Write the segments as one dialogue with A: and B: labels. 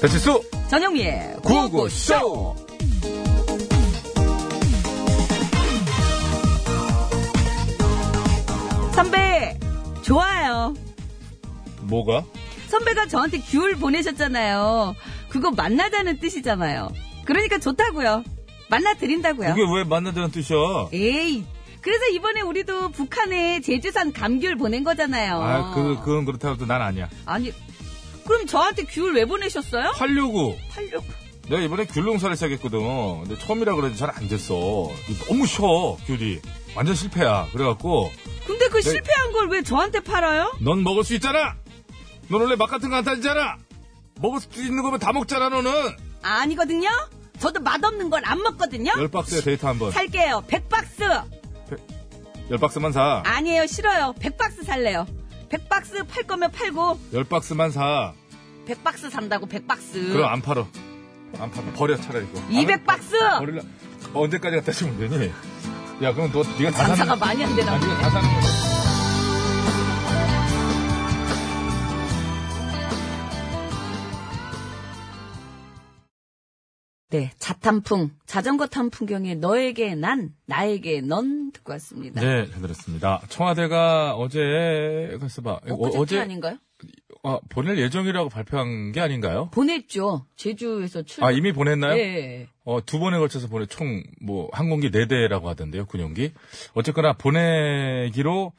A: 배치수
B: 전영미의 구호고쇼! 선배, 좋아요.
A: 뭐가?
B: 선배가 저한테 귤 보내셨잖아요. 그거 만나자는 뜻이잖아요. 그러니까 좋다고요. 만나 드린다고요.
A: 그게 왜 만나자는 뜻이야?
B: 에이. 그래서 이번에 우리도 북한에 제주산 감귤 보낸 거잖아요.
A: 아, 그, 그건 그렇다고 해도 난 아니야.
B: 아니, 그럼 저한테 귤 왜 보내셨어요?
A: 하려고.
B: 팔려고.
A: 내가 이번에 귤 농사를 시작했거든. 근데 처음이라 그래도 잘 안 됐어. 너무 쉬워, 귤이. 완전 실패야. 그래갖고,
B: 근데 그
A: 네.
B: 실패한 걸 왜 저한테 팔아요?
A: 넌 먹을 수 있잖아! 넌 원래 막 같은 거 안 타지잖아! 먹을 수 있는 거면 다 먹잖아, 너는!
B: 아니거든요? 저도 맛없는 걸 안 먹거든요?
A: 열 박스에 데이트 한 번.
B: 살게요. 100박스!
A: 열 박스만 사.
B: 아니에요. 싫어요. 100박스 살래요. 100박스 팔 거면 팔고
A: 열 박스만 사.
B: 100박스 산다고 100박스.
A: 그럼 안 팔어. 안 팔어. 버려, 차라리 이거.
B: 200박스!
A: 버릴라. 어, 언제까지 갖다 주면 되니? 야, 그럼 너, 네가 다 사는
B: 장사가
A: 거
B: 많이 안 되나
A: 아,
B: 봐.
A: 네가 다 사는 거야.
B: 네, 자탄풍, 자전거 탄 풍경에 너에게 난, 나에게 넌 듣고 왔습니다.
A: 네, 잘 들었습니다. 청와대가 어제, 글쎄 봐.
B: 엊그제
A: 어, 제
B: 아닌가요?
A: 보낼 예정이라고 발표한 게 아닌가요?
B: 보냈죠. 제주에서 출.
A: 아, 이미 보냈나요?
B: 예.
A: 어, 두 번에 걸쳐서 보내, 총, 뭐, 항공기 네대라고 하던데요, 군용기. 어쨌거나 보내기로.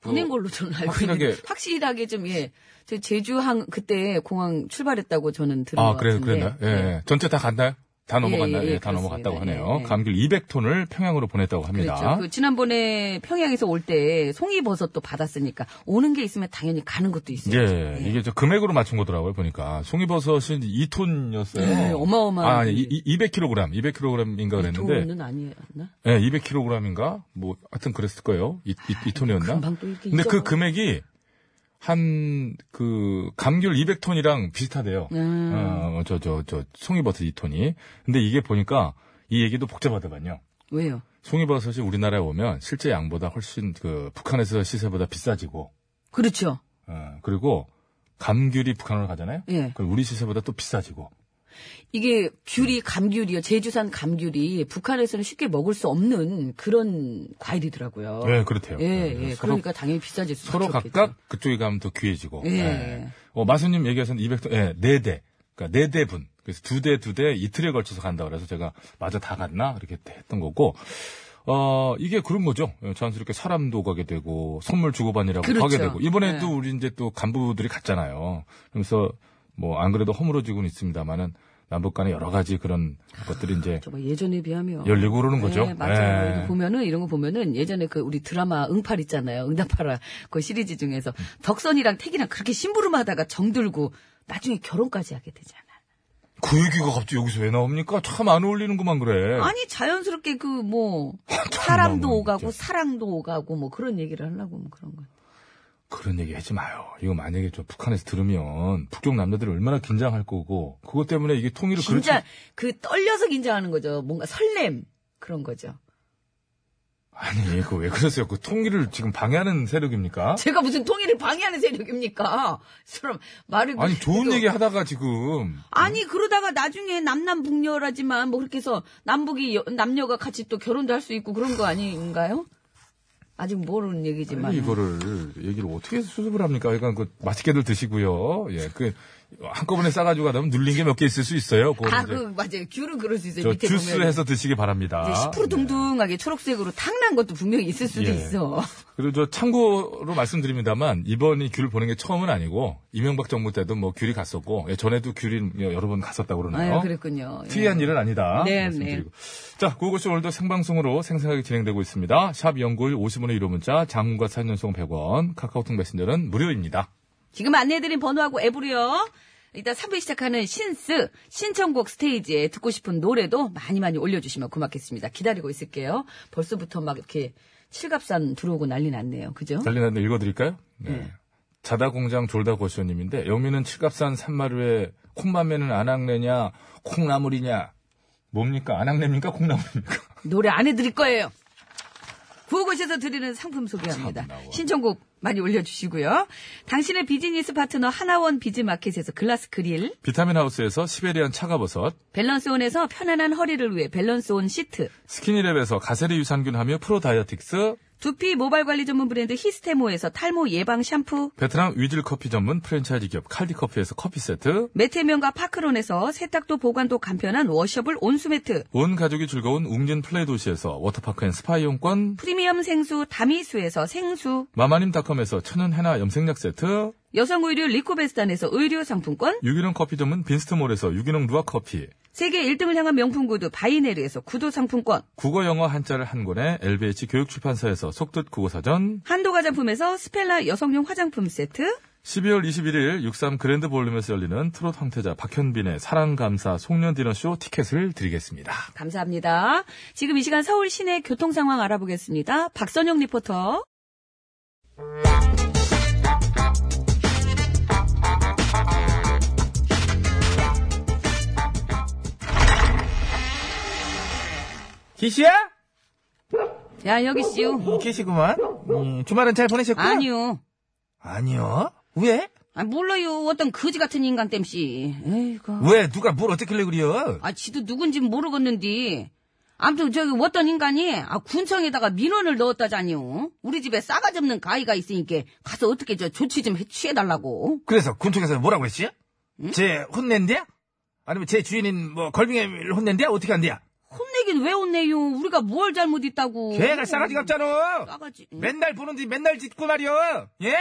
B: 보낸
A: 어,
B: 걸로 저는 알고
A: 확실하게-
B: 있는데 확실하게 좀 예. 저 제주항 그때 공항 출발했다고 저는 들은
A: 아,
B: 것
A: 그래,
B: 같은데. 네.
A: 그랬나요? 예, 예. 전체 다 갔나요? 다 넘어갔나요?
B: 예, 예,
A: 다
B: 그렇습니다.
A: 넘어갔다고 하네요.
B: 예, 예.
A: 감귤 200톤을 평양으로 보냈다고 합니다.
B: 그렇죠. 그 지난번에 평양에서 올 때 송이버섯도 받았으니까 오는 게 있으면 당연히 가는 것도 있어요.
A: 예, 이게 저 금액으로 맞춘 거더라고요, 보니까. 송이버섯이 2톤이었어요.
B: 네, 어마어마한.
A: 아, 아니, 이, 200kg, 200kg인가 그랬는데.
B: 돈은 아니었나?
A: 예, 200kg인가? 뭐, 하여튼 그랬을 거예요. 이, 이, 톤이었나
B: 금방 또 이렇게
A: 근데 그
B: 잊어버려.
A: 금액이 한, 그, 감귤 200톤이랑 비슷하대요.
B: 음.
A: 어, 저, 저, 저, 송이버섯 2톤이. 근데 이게 보니까 이 얘기도 복잡하더만요.
B: 왜요?
A: 송이버섯이 우리나라에 오면 실제 양보다 훨씬 그, 북한에서 시세보다 비싸지고,
B: 그렇죠.
A: 어, 그리고 감귤이 북한으로 가잖아요?
B: 예.
A: 그럼 우리 시세보다 또 비싸지고.
B: 이게 귤이 감귤이요. 제주산 감귤이 북한에서는 쉽게 먹을 수 없는 그런 과일이더라고요.
A: 예, 그렇대요.
B: 예,
A: 예,
B: 예.
A: 서로-
B: 그러니까 당연히 비싸질 수
A: 서로 각각 그쪽에 가면 더 귀해지고.
B: 예.
A: 어, 마수님 얘기하신 200톤, 예, 네 대. 그러니까 네 대분. 그래서 두 대, 두 대, 이틀에 걸쳐서 간다 그래서 제가, 맞아, 다 갔나? 이렇게 했던 거고. 어, 이게 그런 거죠. 예, 자연스럽게 사람도 가게 되고, 선물 주고받이라고
B: 그렇죠.
A: 가게 되고. 이번에
B: 네.
A: 또 우리 이제 또 간부들이 갔잖아요. 그래서, 뭐, 안 그래도 허물어지고는 있습니다만은, 남북 간에 여러 가지 그런 것들이 이제
B: 그렇죠. 저뭐 예전에 비하면
A: 열리고 그러는 거죠.
B: 네, 맞아요.
A: 예.
B: 이거 보면은 이런 거 보면은 예전에 그 우리 드라마 응팔 있잖아요. 응답하라 그 시리즈 중에서 덕선이랑 택이랑 그렇게 심부름하다가 정들고 나중에 결혼까지 하게 되잖아.
A: 그 얘기가 갑자기 여기서 왜 나옵니까? 참 안 어울리는구만 그래.
B: 아니 자연스럽게 그 뭐
A: 참
B: 사람도
A: 나오네,
B: 오가고
A: 진짜.
B: 사랑도 오가고 뭐 그런 얘기를 하려고 뭐 그런 거.
A: 그런 얘기 하지 마요. 이거 만약에 저 북한에서 들으면 북쪽 남자들이 얼마나 긴장할 거고 그것 때문에 이게 통일을
B: 긴장
A: 그렇게
B: 그 떨려서 긴장하는 거죠. 뭔가 설렘 그런 거죠.
A: 아니 그거 왜 그러세요? 그 통일을 지금 방해하는 세력입니까?
B: 제가 무슨 통일을 방해하는 세력입니까? 그럼 말을
A: 아니
B: 그렇게
A: 좋은
B: 해도-
A: 얘기 하다가 지금
B: 아니 그러다가 나중에 남남 북녀라지만 뭐 그렇게 해서 남북이 여- 남녀가 같이 또 결혼도 할 수 있고 그런 거 아닌가요? 아직 모르는 얘기지만
A: 아니, 이거를 얘기를 어떻게 수습을 합니까? 그러니까 그 맛있게들 드시고요. 예, 그 한꺼번에 싸가지고 가다 보면 눌린 게 몇 개 있을 수 있어요. 그거
B: 아,
A: 이제
B: 그 맞아요. 귤은 그럴 수 있어요.
A: 저
B: 밑에
A: 주스
B: 보면
A: 해서 드시기 바랍니다.
B: 이제 시푸르둥둥하게 초록색으로 탕난 것도 분명히 있을 수도
A: 예.
B: 있어.
A: 그리고 저 참고로 말씀드립니다만 이번이 귤 보낸 게 처음은 아니고 이명박 정부 때도 뭐 귤이 갔었고 예, 전에도 귤이 여러 번 갔었다고 그러네요.
B: 아유, 그랬군요. 예.
A: 특이한 일은 아니다.
B: 네,
A: 말씀드리고. 자, 구호고쇼 오늘도 생방송으로 생생하게 진행되고 있습니다. 샵 연구일 50원의 1호 문자, 장문과 사진 연속 100원, 카카오톡 메신저는 무료입니다.
B: 지금 안내해드린 번호하고 앱으로요. 이따 3부 시작하는 신스 신청곡 스테이지에 듣고 싶은 노래도 많이 많이 올려주시면 고맙겠습니다. 기다리고 있을게요. 벌써부터 막 이렇게 칠갑산 들어오고 난리 났네요. 그죠?
A: 난리 났는데 읽어드릴까요? 네.
B: 네.
A: 자다공장 졸다고쇼님인데 영미는 칠갑산 산마루에 콩마매는 안악내냐 콩나물이냐 뭡니까 안악내입니까 콩나물입니까?
B: 노래 안 해드릴 거예요. 구호고시에서 드리는 상품 소개합니다.
A: 참 나와.
B: 신청곡 많이 올려주시고요. 당신의 비즈니스 파트너 하나원 비즈마켓에서 글라스 그릴,
A: 비타민 하우스에서 시베리안 차가버섯,
B: 밸런스온에서 편안한 허리를 위해 밸런스온 시트,
A: 스키니랩에서 가세리 유산균 함유 프로 다이어틱스,
B: 두피 모발 관리 전문 브랜드 히스테모에서 탈모 예방 샴푸,
A: 베트남 위즐 커피 전문 프랜차이즈 기업 칼디 커피에서 커피 세트,
B: 메테면과 파크론에서 세탁도 보관도 간편한 워셔블 온수매트,
A: 온 가족이 즐거운 웅진 플레이 도시에서 워터파크 앤 스파 이용권,
B: 프리미엄 생수 다미수에서 생수,
A: 마마님닷컴에서 천연 해나 염색약 세트,
B: 여성 의류 리코베스탄에서 의류 상품권,
A: 유기농 커피 전문 빈스트몰에서 유기농 루아 커피,
B: 세계 1등을 향한 명품 구두 바이네르에서 구두 상품권,
A: 국어 영어 한자를 한 권에 LBH 교육출판사에서 속뜻 국어사전,
B: 한도가 장품에서 스펠라 여성용 화장품 세트,
A: 12월 21일 63 그랜드 볼룸에서 열리는 트롯 황태자 박현빈의 사랑감사 송년 디너쇼 티켓을 드리겠습니다.
B: 감사합니다. 지금 이 시간 서울 시내 교통 상황 알아보겠습니다. 박선영 리포터.
C: 기시야?
B: 야, 여기 씨요.
C: 계시구만. 음, 주말은 잘 보내셨고?
B: 아니요.
C: 아니요. 왜?
B: 아, 몰라요. 어떤 거지 같은 인간 땜씨. 에이구.
C: 왜? 누가 뭘 어떻길래 그래요?
B: 아, 지도 누군지 모르겠는데. 아무튼 저기 어떤 인간이 아, 군청에다가 민원을 넣었다자니요. 우리 집에 싸가지 없는 가위가 있으니까 가서 어떻게 저 조치 좀 해- 취해달라고.
C: 그래서 군청에서 뭐라고 그랬지? 제 혼낸대? 아니면 제 주인인 뭐 걸빙애를 혼낸대? 어떻게 한대야?
B: 혼내긴 왜 혼내요? 우리가 뭘 잘못 있다고.
C: 걔가 싸가지가 없잖아.
B: 싸가지. 응.
C: 맨날 보는데 맨날 짖고 말이여. 예?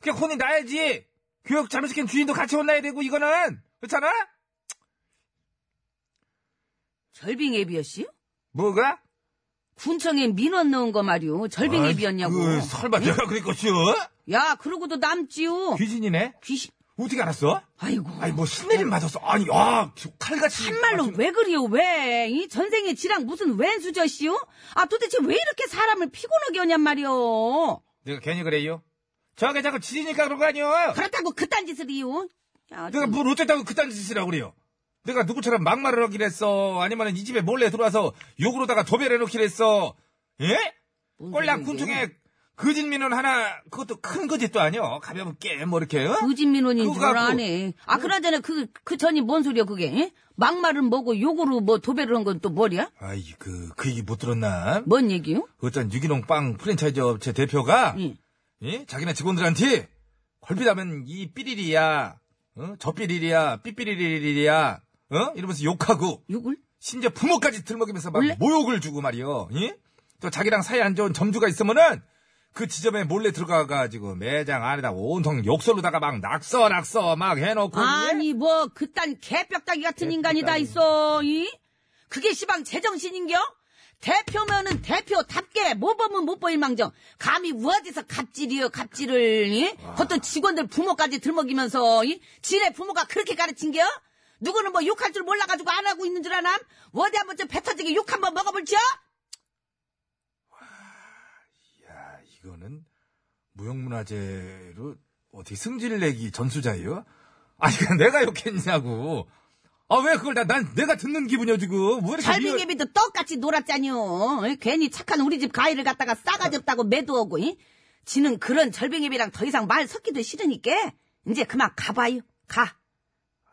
C: 그게 혼이 나야지. 교육 잘못시킨 주인도 같이 혼나야 되고 이거는. 그렇잖아?
B: 절빙 애비였시요?
C: 뭐가?
B: 군청에 민원 넣은 거 말이요. 절빙
C: 아이,
B: 애비였냐고.
C: 그, 설마 내가 그랬겠죠?
B: 야, 그러고도 남지요.
C: 귀신이네?
B: 귀신.
C: 어떻게 알았어?
B: 아이고.
C: 아니 뭐 신내림 맞았어. 아니 아 칼같이
B: 참말로
C: 맞은-
B: 왜 그래요 왜? 이 전생의 지랑 무슨 웬수저씨요? 아 도대체 왜 이렇게 사람을 피곤하게 하냔 말이요.
C: 내가 괜히 그래요. 저게 자꾸 지지니까 그런 거 아니요.
B: 그렇다고 그딴 짓을 이요? 야,
C: 내가 뭐 뭘 어쨌다고 그딴 짓이라고 그래요. 내가 누구처럼 막말을 하기로 했어. 아니면 이 집에 몰래 들어와서 욕으로다가 도배를 해놓기로 했어. 예?
B: 뭔 소리인데?
C: 꼴랑 군중에 거짓민원 하나 그것도 큰 거짓도 아니요. 가볍게 뭐 이렇게 어?
B: 무진민원인 줄
C: 그거 갖고- 어?
B: 아네. 아 그나저나 그 그 전이 뭔 소리야 그게? 예? 막말은 뭐고 욕으로 뭐 도배를 한 건 또 뭐야?
C: 아이 그 그 얘기 못 들었나?
B: 뭔 얘기요?
C: 어떤 유기농 빵 프랜차이즈 업체 대표가
B: 예.
C: 예? 자기네 직원들한테 걸핏하면 이 삐리리야, 어? 저 삐리리야, 삐삐리리리야, 어? 이러면서 욕하고
B: 욕을?
C: 심지어 부모까지 들먹이면서 막
B: 원래?
C: 모욕을 주고 말이요. 예? 또 자기랑 사이 안 좋은 점주가 있으면은 그 지점에 몰래 들어가가지고 매장 안에다 온통 욕설로다가 막 낙서 낙서 막 해놓고 예?
B: 아니 뭐 그딴 개벽다기 같은 인간이 다 있어 이? 그게 시방 제정신인겨? 대표면은 대표답게 모범은 못보일망정 감히 어디서 갑질이여 갑질을 이? 그것도 직원들 부모까지 들먹이면서 이? 지네 부모가 그렇게 가르친겨? 누구는 뭐 욕할 줄 몰라가지고 안 하고 있는 줄 아남? 어디 한번 좀 배터지게 욕 한번 먹어볼지요?
C: 야, 이거는 무형문화재로 어떻게 승질 내기 전수자예요? 아니 그냥 내가 욕했냐고. 아 왜 그걸 나, 난 내가 듣는 기분이야 지금. 왜 이렇게 미워-
B: 절빙개비도 그 똑같이 놀았잖요. 이? 괜히 착한 우리 집 가위를 갖다가 싸가지 없다고 매도하고, 이? 지는 그런 절빙개비랑 더 이상 말 섞기도 싫으니까, 이제 그만 가봐요. 가.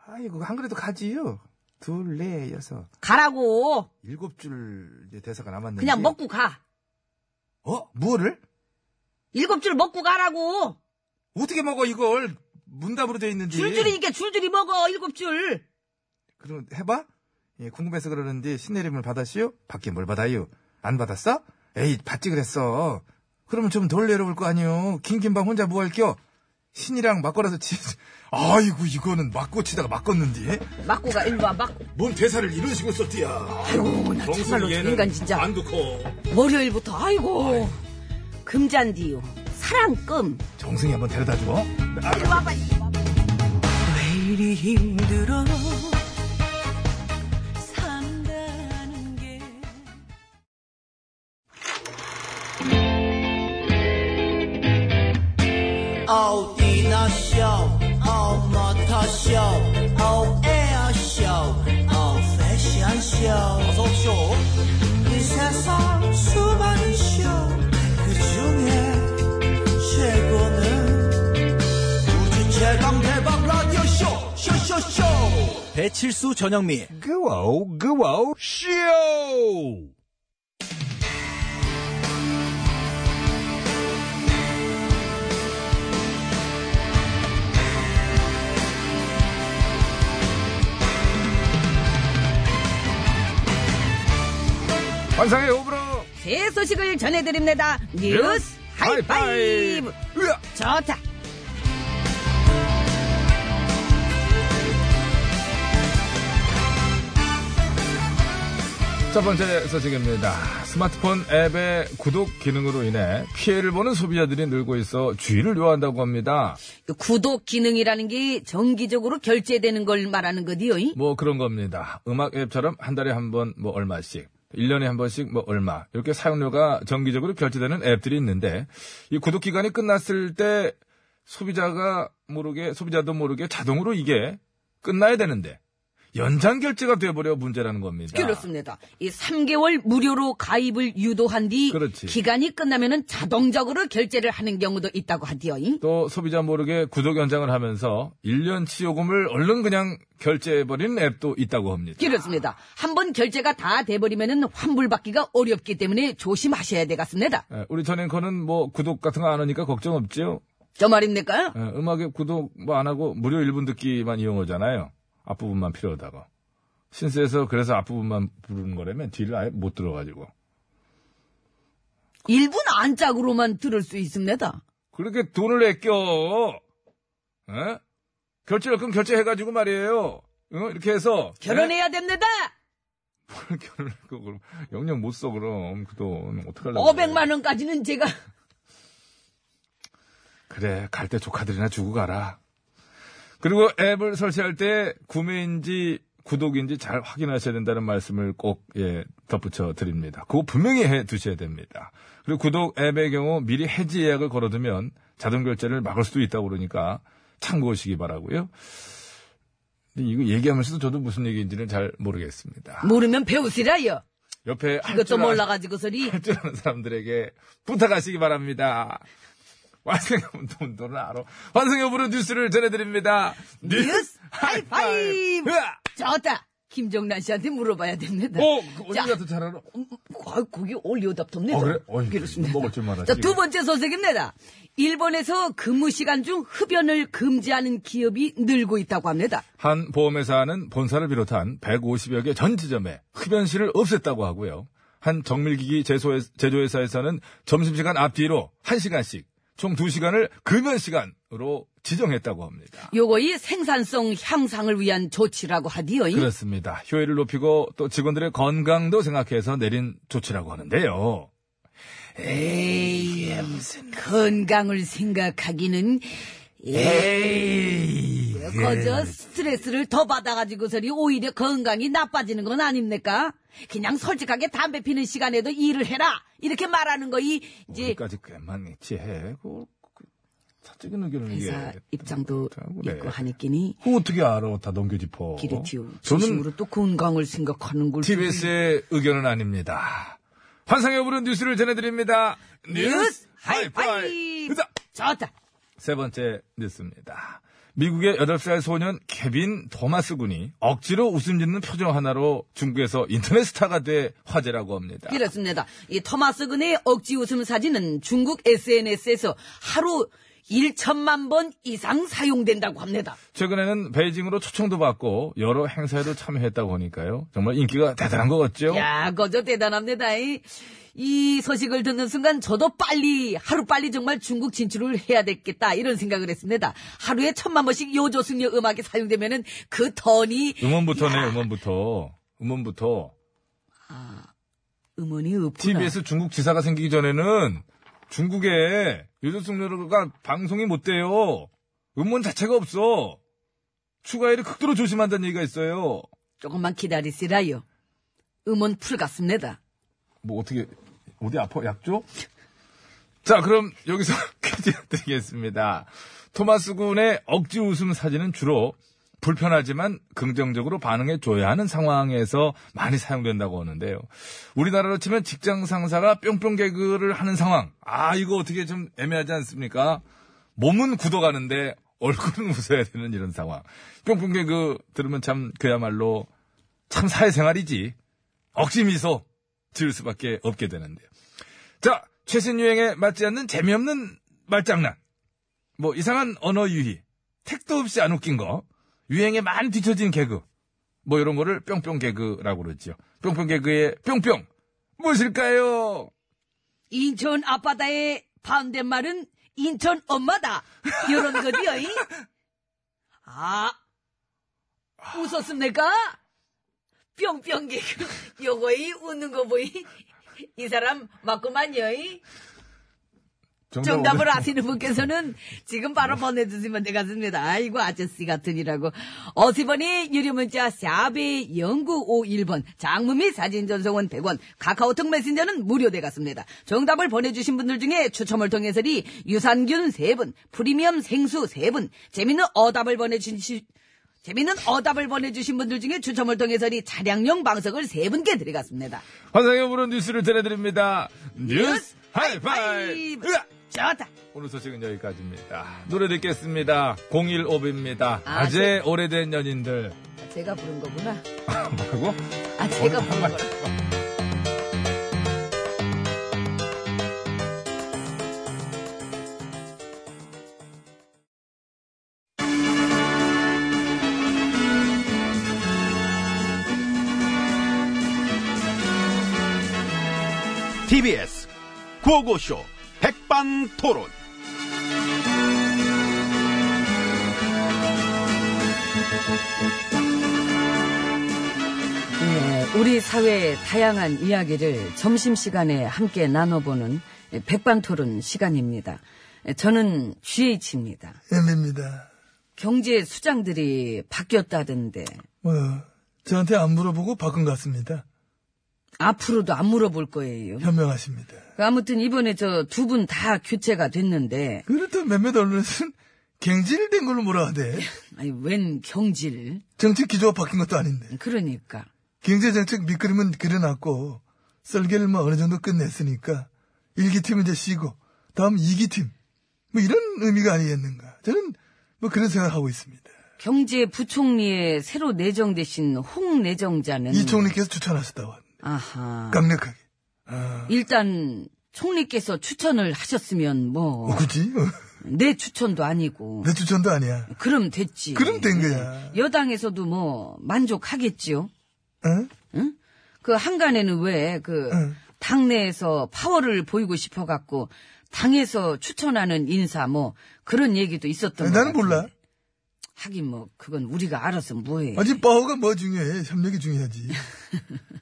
C: 아이고 한 그래도 가지요. 둘, 넷, 여섯,
B: 가라고.
C: 일곱 줄 이제 대사가 남았는데.
B: 그냥 먹고 가.
C: 어? 뭐를?
B: 일곱 줄 먹고 가라고.
C: 어떻게 먹어 이걸 문답으로 돼 있는지.
B: 줄줄이니까 줄줄이 먹어, 일곱 줄.
C: 그럼 해봐. 예, 궁금해서 그러는데 신내림을 받았시오? 받긴 뭘 받아요? 안 받았어? 에이 받지 그랬어. 그러면 좀 덜 내려올 거 아니요. 긴긴방 혼자 뭐 할겨? 신이랑 맞고라서 지. 아이고 이거는 맞고 치다가 맞겄는데
B: 맞고 가, 일로 와, 맞고.
C: 뭔 대사를 이런 식으로 썼디야.
B: 아이고, 나 정말로 저 인간 진짜.
C: 안 좋고.
B: 월요일부터, 아이고. 금잔디요. 사랑금.
C: 정승이 한번 데려다 줘.
B: 일로 와봐, 일로 와봐.
D: 어디나 쇼 oh, 어머터 쇼 oh, 어에어 쇼 oh, 어패션 쇼 어서 쇼이 세상 수많은 그 쇼 쇼 쇼. 배칠수 전영미.
E: 그와우 그와우 쇼
A: 환상의 호불호
B: 새 소식을 전해드립니다. 뉴스
A: 뉴스
B: 하이파이브.
A: 하이파이브.
B: 으아, 좋다.
A: 첫 번째 소식입니다. 스마트폰 앱의 구독 기능으로 인해 피해를 보는 소비자들이 늘고 있어 주의를 요한다고 합니다.
B: 그 구독 기능이라는 게 정기적으로 결제되는 걸 말하는 거디요. 잉?
A: 뭐 그런 겁니다. 음악 앱처럼 한 달에 한 번 뭐 얼마씩, 1년에 한 번씩 뭐 얼마 이렇게 사용료가 정기적으로 결제되는 앱들이 있는데 이 구독 기간이 끝났을 때 소비자가 모르게 소비자도 모르게 자동으로 이게 끝나야 되는데 연장 결제가 돼버려 문제라는 겁니다.
B: 그렇습니다. 이 3개월 무료로 가입을 유도한 뒤
A: 그렇지.
B: 기간이 끝나면은 자동적으로 결제를 하는 경우도 있다고 하디요. 잉?
A: 또 소비자 모르게 구독 연장을 하면서 1년치 요금을 얼른 그냥 결제해버리는 앱도 있다고 합니다.
B: 그렇습니다. 한번 결제가 다 돼버리면은 환불받기가 어렵기 때문에 조심하셔야 되겠습니다.
A: 예, 우리 전 앵커는 뭐 구독 같은 거 안 하니까 걱정 없지요?
B: 저 말입니까?
A: 예, 음악에 구독 뭐 안 하고 무료 1분 듣기만 이용하잖아요. 앞부분만 필요하다고. 신스에서 그래서 앞부분만 부르는 거라면 뒤를 아예 못 들어가지고.
B: 일분 안짝으로만 들을 수 있습니다.
A: 그렇게 돈을 아껴. 예? 결제를 그럼 결제해가지고 말이에요. 어? 이렇게 해서
B: 결혼해야 됩니다!
A: 예? 결혼을 그 그럼 영영 못 써 그럼 그 돈 어떡하려고
B: 500만 원까지는 제가
A: 그래, 갈 때 조카들이나 주고 가라. 그리고 앱을 설치할 때 구매인지 구독인지 잘 확인하셔야 된다는 말씀을 꼭, 예, 덧붙여 드립니다. 그거 분명히 해 두셔야 됩니다. 그리고 구독 앱의 경우 미리 해지 예약을 걸어두면 자동 결제를 막을 수도 있다고 그러니까 참고하시기 바라고요 근데 이거 얘기하면서도 저도 무슨 얘기인지는 잘 모르겠습니다.
B: 모르면 배우시라요.
A: 옆에 할
B: 이것도
A: 줄 아-
B: 몰라가지고서리
A: 할 줄 아는 사람들에게 부탁하시기 바랍니다. 환승의 운동도는 알아. 환승의 오브로 뉴스를 전해드립니다.
B: 뉴스 하이파이브!
A: 으아!
B: 좋다! 김정란 씨한테 물어봐야 됩니다.
A: 어, 그
B: 자,
A: 언니가 더잘 알아.
B: 음, 아, 거기 올리오답답니다.
A: 어, 그래? 어이,
B: 그렇습니다.
A: 먹을 줄만 하지.
B: 자, 두 번째 소식입니다. 일본에서 근무 시간 중 흡연을 금지하는 기업이 늘고 있다고 합니다.
A: 한 보험회사는 본사를 비롯한 150여 개 전 지점에 흡연실을 없앴다고 하고요. 한 정밀기기 제소회- 제조회사에서는 점심시간 앞뒤로 1시간씩 총 2시간을 금연시간으로 지정했다고 합니다.
B: 요거이 생산성 향상을 위한 조치라고 하디요.
A: 그렇습니다. 효율을 높이고 또 직원들의 건강도 생각해서 내린 조치라고 하는데요.
B: 에이, 무슨 건강을 생각하기는
A: 에이.
B: 그저
A: 예.
B: 스트레스를 더 받아가지고서리 오히려 건강이 나빠지는 건 아닙니까? 그냥 솔직하게 담배 피는 시간에도 일을 해라 이렇게 말하는 거이 이제
A: 여기까지 꽤만 있지해. 그, 그, 사적인 의견을 이게.
B: 회사 입장도
A: 그래.
B: 있고 하니끼니
A: 그거 어떻게 알아? 다 넘겨짚어.
B: 기르티오
A: 저는
B: 중심으로 또 건강을 생각하는 걸
A: TBS의 의견은 아닙니다. 환상의 부른 뉴스를 전해드립니다.
B: 뉴스
A: 뉴스 하이파이.
B: 하이파이브
A: 으쌰!
B: 좋다
A: 세 번째 뉴스입니다. 미국의 8살 소년 케빈 토마스 군이 억지로 웃음 짓는 표정 하나로 중국에서 인터넷 스타가 돼 화제라고 합니다.
B: 그렇습니다. 이 토마스 근의 억지 웃음 사진은 중국 SNS에서 하루 1천만 번 이상 사용된다고 합니다.
A: 최근에는 베이징으로 초청도 받고 여러 행사에도 참여했다고 하니까요. 정말 인기가 대단한 것 같죠?
B: 야, 거저 대단합니다. 이, 이 소식을 듣는 순간 저도 빨리 하루 빨리 정말 중국 진출을 해야 됐겠다 이런 생각을 했습니다. 하루에 천만 번씩 요조승려 음악이 사용되면은 그 턴이
A: 음원부터네, 음원부터. 음원부터.
B: 음원이 없구나.
A: TBS 중국 지사가 생기기 전에는 중국에 유조승료가 방송이 못 돼요. 음원 자체가 없어. 추가일을 극도로 조심한다는 얘기가 있어요.
B: 조금만 기다리시라요. 음원 풀 같습니다.
A: 뭐 어떻게 어디 아파 약줘? 자 그럼 여기서 퀴즈 드리겠습니다. 토마스 군의 억지 웃음 사진은 주로 불편하지만 긍정적으로 반응해 줘야 하는 상황에서 많이 사용된다고 하는데요. 우리나라로 치면 직장 상사가 뿅뿅 개그를 하는 상황. 아 이거 어떻게 좀 애매하지 않습니까? 몸은 굳어가는데 얼굴은 웃어야 되는 이런 상황. 뿅뿅게 그 들으면 참 그야말로 참 사회생활이지. 억지 미소 지을 수밖에 없게 되는데요. 자, 최신 유행에 맞지 않는 재미없는 말장난. 뭐 이상한 언어 유희, 택도 없이 안 웃긴 거, 유행에 많이 뒤처진 개그. 뭐 이런 거를 뿅뿅 개그라고 그러지요. 뿅뿅 개그의 뿅뿅 무엇일까요?
B: 인천 앞바다의 반대말은 인천 엄마다. 이런 거지요. 잉? 아, 웃었습니까? 뿅뿅 개그. 요거이 웃는 거 보이. 이 사람 맞구만요. 잉? 정답을 아시는 분께서는 지금
A: 네.
B: 바로 보내주시면 되겠습니다. 아이고, 아저씨 같으니라고. 50원이 유료문자 샵이 0951번, 장무 및 사진 전송은 100원, 카카오톡 메신저는 무료되겠습니다. 정답을 보내주신 분들 중에 추첨을 통해서리 유산균 3분, 프리미엄 생수 3분, 재미있는 어답을 보내주신 시- 재미있는 어답을 보내주신 분들 중에 추첨을 통해서리 차량용 방석을 세 분께 드리겠습니다.
A: 환상의 물은 뉴스를 전해드립니다. 뉴스 하이파이브!
B: 하이파이브.
A: 으악!
B: 좋다.
A: 오늘 소식은 여기까지입니다. 노래 듣겠습니다. 015입니다.
B: 아,
A: 아재 오래된 연인들.
B: 제가 부른 거구나.
A: 뭐라고?
B: 아, 제가 부른 거라.
E: TBS 구호고쇼 백반토론.
B: 네, 우리 사회의 다양한 이야기를 점심시간에 함께 나눠보는 백반토론 시간입니다. 저는 GH입니다.
F: M입니다.
B: 경제 수장들이 바뀌었다던데
F: 어, 저한테 안 물어보고 바꾼 것 같습니다.
B: 앞으로도 안 물어볼 거예요.
F: 현명하십니다.
B: 아무튼 이번에 저 두 분 다 교체가 됐는데
F: 그렇다 몇몇 언론에서는 갱질된 걸로 뭐라 하대.
B: 아니, 웬 경질.
F: 정책 기조가 바뀐 것도 아닌데.
B: 그러니까.
F: 경제정책 밑그림은 그려놨고, 썰개를 뭐 어느 정도 끝냈으니까, 1기팀은 이제 쉬고, 다음 2기팀. 뭐 이런 의미가 아니겠는가. 저는 뭐 그런 생각을 하고 있습니다.
B: 경제부총리에 새로 내정되신 홍 내정자는
F: 이 총리께서 추천하셨다고 합니다.
B: 아하.
F: 강력하게.
B: 일단 총리께서 추천을 하셨으면 뭐
F: 어, 굳이? 어,
B: 내 추천도 아니고.
F: 내 추천도 아니야.
B: 그럼 됐지.
F: 그럼 된 거야.
B: 여당에서도 뭐 만족하겠지요.
F: 응?
B: 그 한간에는 왜 그
F: 응.
B: 당내에서 파워를 보이고 싶어 갖고 당에서 추천하는 인사 뭐 그런 얘기도 있었던 것
F: 나는
B: 같은데.
F: 몰라.
B: 하긴 뭐 그건 우리가 알아서 뭐해.
F: 아직 파워가 뭐 중요해. 협력이 중요하지.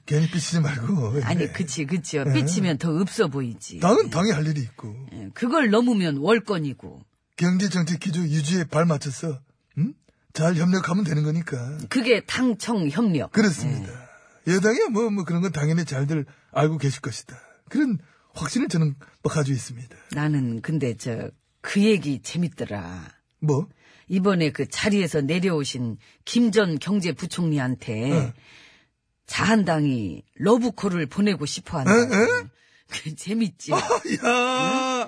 F: 괜히 삐치지 말고.
B: 아니
F: 예.
B: 그치 그치요. 삐치면 더 없어 보이지.
F: 당은 당이 할 일이 있고.
B: 예, 그걸 넘으면 월권이고.
F: 경제정책 기조 유지에 발맞춰서, 응? 잘 협력하면 되는 거니까.
B: 그게 당청 협력.
F: 그렇습니다.
B: 음.
F: 여당이야 뭐, 뭐 그런 건 당연히 잘들 알고 계실 것이다. 그런 확신을 저는 뭐 가지고 있습니다.
B: 나는 근데 저 그 얘기 재밌더라.
F: 뭐?
B: 이번에 그 자리에서 내려오신 김전 경제부총리한테 자한당이 러브콜을 보내고 싶어 한다. 재밌지.
F: 야,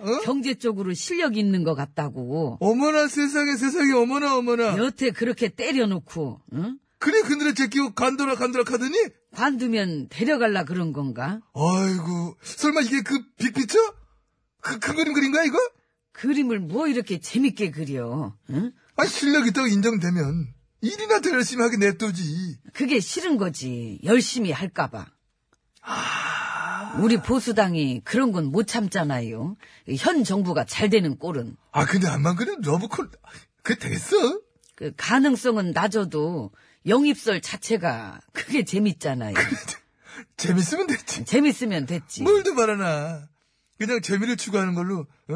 F: 어?
B: 경제 쪽으로 실력 있는 것 같다고.
F: 어머나 세상에 세상에 어머나 어머나.
B: 여태 그렇게 때려놓고 응?
F: 그래 그늘에 제끼고 간도락 간도락 하더니
B: 관두면 데려갈라 그런 건가?
F: 아이고 설마 이게 그 빅피처? 그 큰 그림 그린 거야 이거?
B: 그림을 뭐 이렇게 재밌게 그려? 응?
F: 아니 실력 있다고 인정되면 일이나 더 열심히 하게 냅두지.
B: 그게 싫은 거지. 열심히 할까봐. 우리 보수당이 그런 건 못 참잖아요. 현 정부가 잘 되는 꼴은.
F: 아 근데 안만 그래도 러브콜 그 됐어?
B: 그 가능성은 낮아도 영입설 자체가 그게 재밌잖아요.
F: 그러니까. 재밌으면 됐지.
B: 재밌으면 됐지.
F: 뭘도 바라나. 그냥 재미를 추구하는 걸로, 어?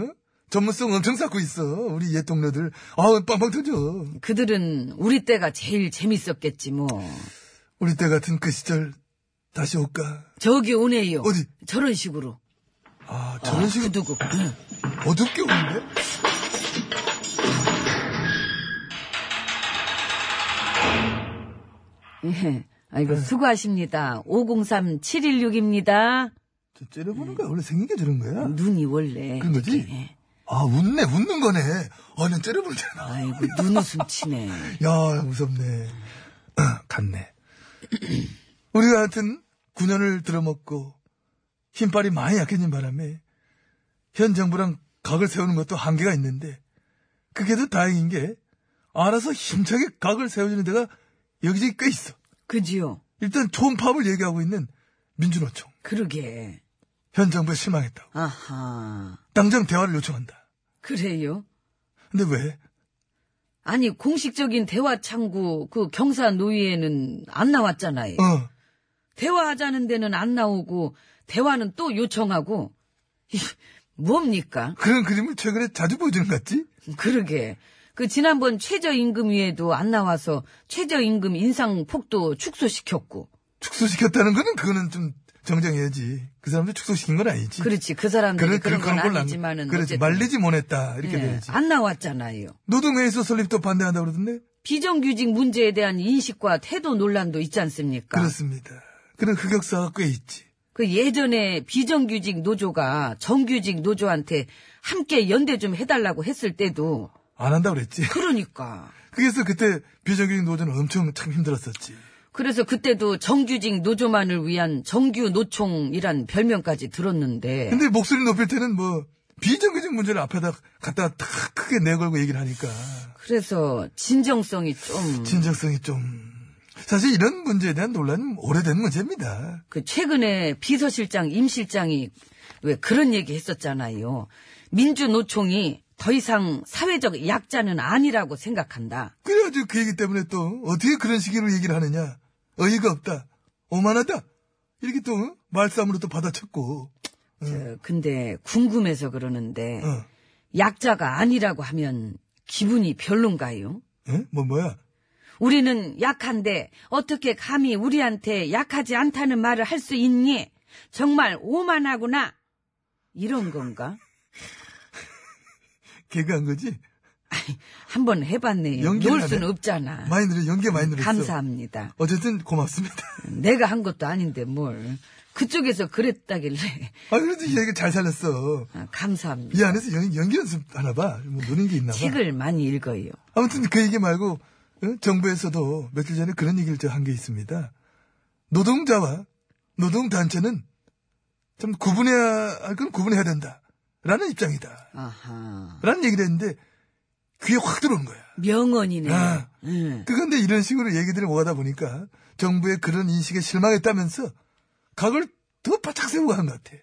F: 전문성 엄청 쌓고 있어. 우리 옛 동료들. 아우, 빵빵 터져.
B: 그들은 우리 때가 제일 재밌었겠지 뭐.
F: 우리 때 같은 그 시절 다시 올까?
B: 저기 오네요.
F: 어디?
B: 저런 식으로.
F: 아, 저런 식으로 네.
B: 두고
F: 어둡게 오는데?
B: 예. 아이고 수고하십니다. 503716입니다.
F: 저 째려보는 거야. 원래 생긴 게 저런 거야.
B: 눈이 원래
F: 그런 거지?
B: 이렇게, 예.
F: 아, 웃네, 웃는 거네. 아, 난 째려볼 때나.
B: 아이고, 눈웃음 치네.
F: 야, 무섭네. 갔네. 우리가 하여튼 9년을 들어먹고 힘빨이 많이 약해진 바람에 현 정부랑 각을 세우는 것도 한계가 있는데 그게도 다행인 게 알아서 힘차게 각을 세워주는 데가 여기저기 꽤 있어.
B: 그지요?
F: 일단 초음파업을 얘기하고 있는 민주노총.
B: 그러게.
F: 현 정부에 실망했다고.
B: 아하.
F: 당장 대화를 요청한다.
B: 그래요?
F: 근데 왜?
B: 아니, 공식적인 대화 창구, 그 경사 노위에는 안 나왔잖아요.
F: 어.
B: 대화하자는 데는 안 나오고, 대화는 또 요청하고. 뭡니까?
F: 그런 그림을 최근에 자주 보여주는 것 같지?
B: 그러게. 그 지난번 최저임금위에도 안 나와서 최저임금 인상 폭도 축소시켰고.
F: 축소시켰다는 거는 그거는 좀 정정해야지. 그 사람들 축소시킨 건 아니지.
B: 그렇지. 그 사람들이 그런 건
F: 걸로 안-
B: 아니지만은.
F: 그렇지.
B: 어쨌든
F: 말리지 못했다. 이렇게
B: 예,
F: 돼야지.
B: 안 나왔잖아요.
F: 노동회의소 설립도 반대한다고 그러던데?
B: 비정규직 문제에 대한 인식과 태도 논란도 있지 않습니까?
F: 그렇습니다. 그런 흑역사가 꽤 있지.
B: 그 예전에 비정규직 노조가 정규직 노조한테 함께 연대 좀 해달라고 했을 때도
F: 안 한다고 그랬지.
B: 그러니까
F: 그래서 그때 비정규직 노조는 엄청 참 힘들었었지.
B: 그래서 그때도 정규직 노조만을 위한 정규 노총이란 별명까지 들었는데
F: 근데 목소리 높일 때는 뭐, 비정규직 문제를 앞에다 갖다가 탁 크게 내걸고 얘기를 하니까.
B: 그래서 진정성이 좀
F: 진정성이 좀. 사실 이런 문제에 대한 논란은 오래된 문제입니다.
B: 그 최근에 비서실장 임실장이 왜 그런 얘기 했었잖아요. 민주노총이 더 이상 사회적 약자는 아니라고 생각한다.
F: 그래가지고 그 얘기 때문에 또 어떻게 그런 식으로 얘기를 하느냐 어이가 없다 오만하다 이렇게 또 어? 말싸움으로 또 받아쳤고 음.
B: 저, 근데 궁금해서 그러는데
F: 어.
B: 약자가 아니라고 하면 기분이 별론가요?
F: 예? 뭐 뭐야
B: 우리는 약한데 어떻게 감히 우리한테 약하지 않다는 말을 할 수 있니? 정말 오만하구나. 이런 건가?
F: 개그한 거지
B: 한번 해봤네요.
F: 연기를
B: 놀 수는
F: 하네.
B: 없잖아.
F: 많이 늘어 연계 많이 늘었어
B: 감사합니다.
F: 어쨌든 고맙습니다
B: 내가 한 것도 아닌데 뭘. 그쪽에서 그랬다길래.
F: 아 그래도 이 얘기 잘 살렸어
B: 아, 감사합니다.
F: 이 안에서 연, 연기 연습 하나 봐뭐 노는 게 있나 봐
B: 책을 많이 읽어요.
F: 아무튼 그 얘기 말고 어? 정부에서도 며칠 전에 그런 얘기를 한 게 있습니다. 노동자와 노동단체는 좀 구분해야 할 건 구분해야 된다라는 입장이다.
B: 아하.
F: 라는 얘기를 했는데 귀에 확 들어온 거야.
B: 명언이네.
F: 아.
B: 응.
F: 그런데 이런 식으로 얘기들을 오가다 보니까 정부의 그런 인식에 실망했다면서 각을 더 바짝 세우고 한 것 같아.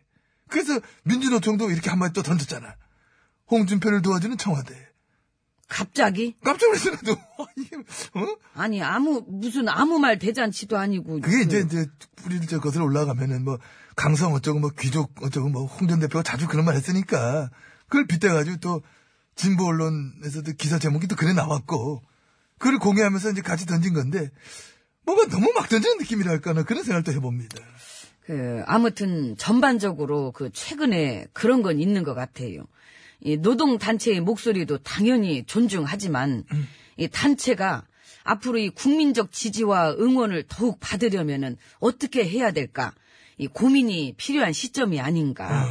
F: 그래서 민주노총도 이렇게 한마디 또 던졌잖아. 홍준표를 도와주는 청와대.
B: 갑자기?
F: 깜짝 놀랐어, 나도. 이게, 어?
B: 아니, 아무, 무슨 아무 말 대잔치도 아니고.
F: 그게 이제 이제 뿌리를 저 것으로 올라가면은 뭐 강성 어쩌고 뭐 귀족 어쩌고 뭐 홍 전 대표가 자주 그런 말 했으니까 그걸 빗대가지고 또 진보 언론에서도 기사 제목이 또 그래 나왔고 그걸 공유하면서 이제 같이 던진 건데 뭔가 너무 막 던지는 느낌이랄까나 그런 생각도 해봅니다.
B: 그, 아무튼 전반적으로 그 최근에 그런 건 있는 것 같아요. 이 노동단체의 목소리도 당연히 존중하지만, 이 단체가 앞으로 이 국민적 지지와 응원을 더욱 받으려면은 어떻게 해야 될까? 이 고민이 필요한 시점이 아닌가?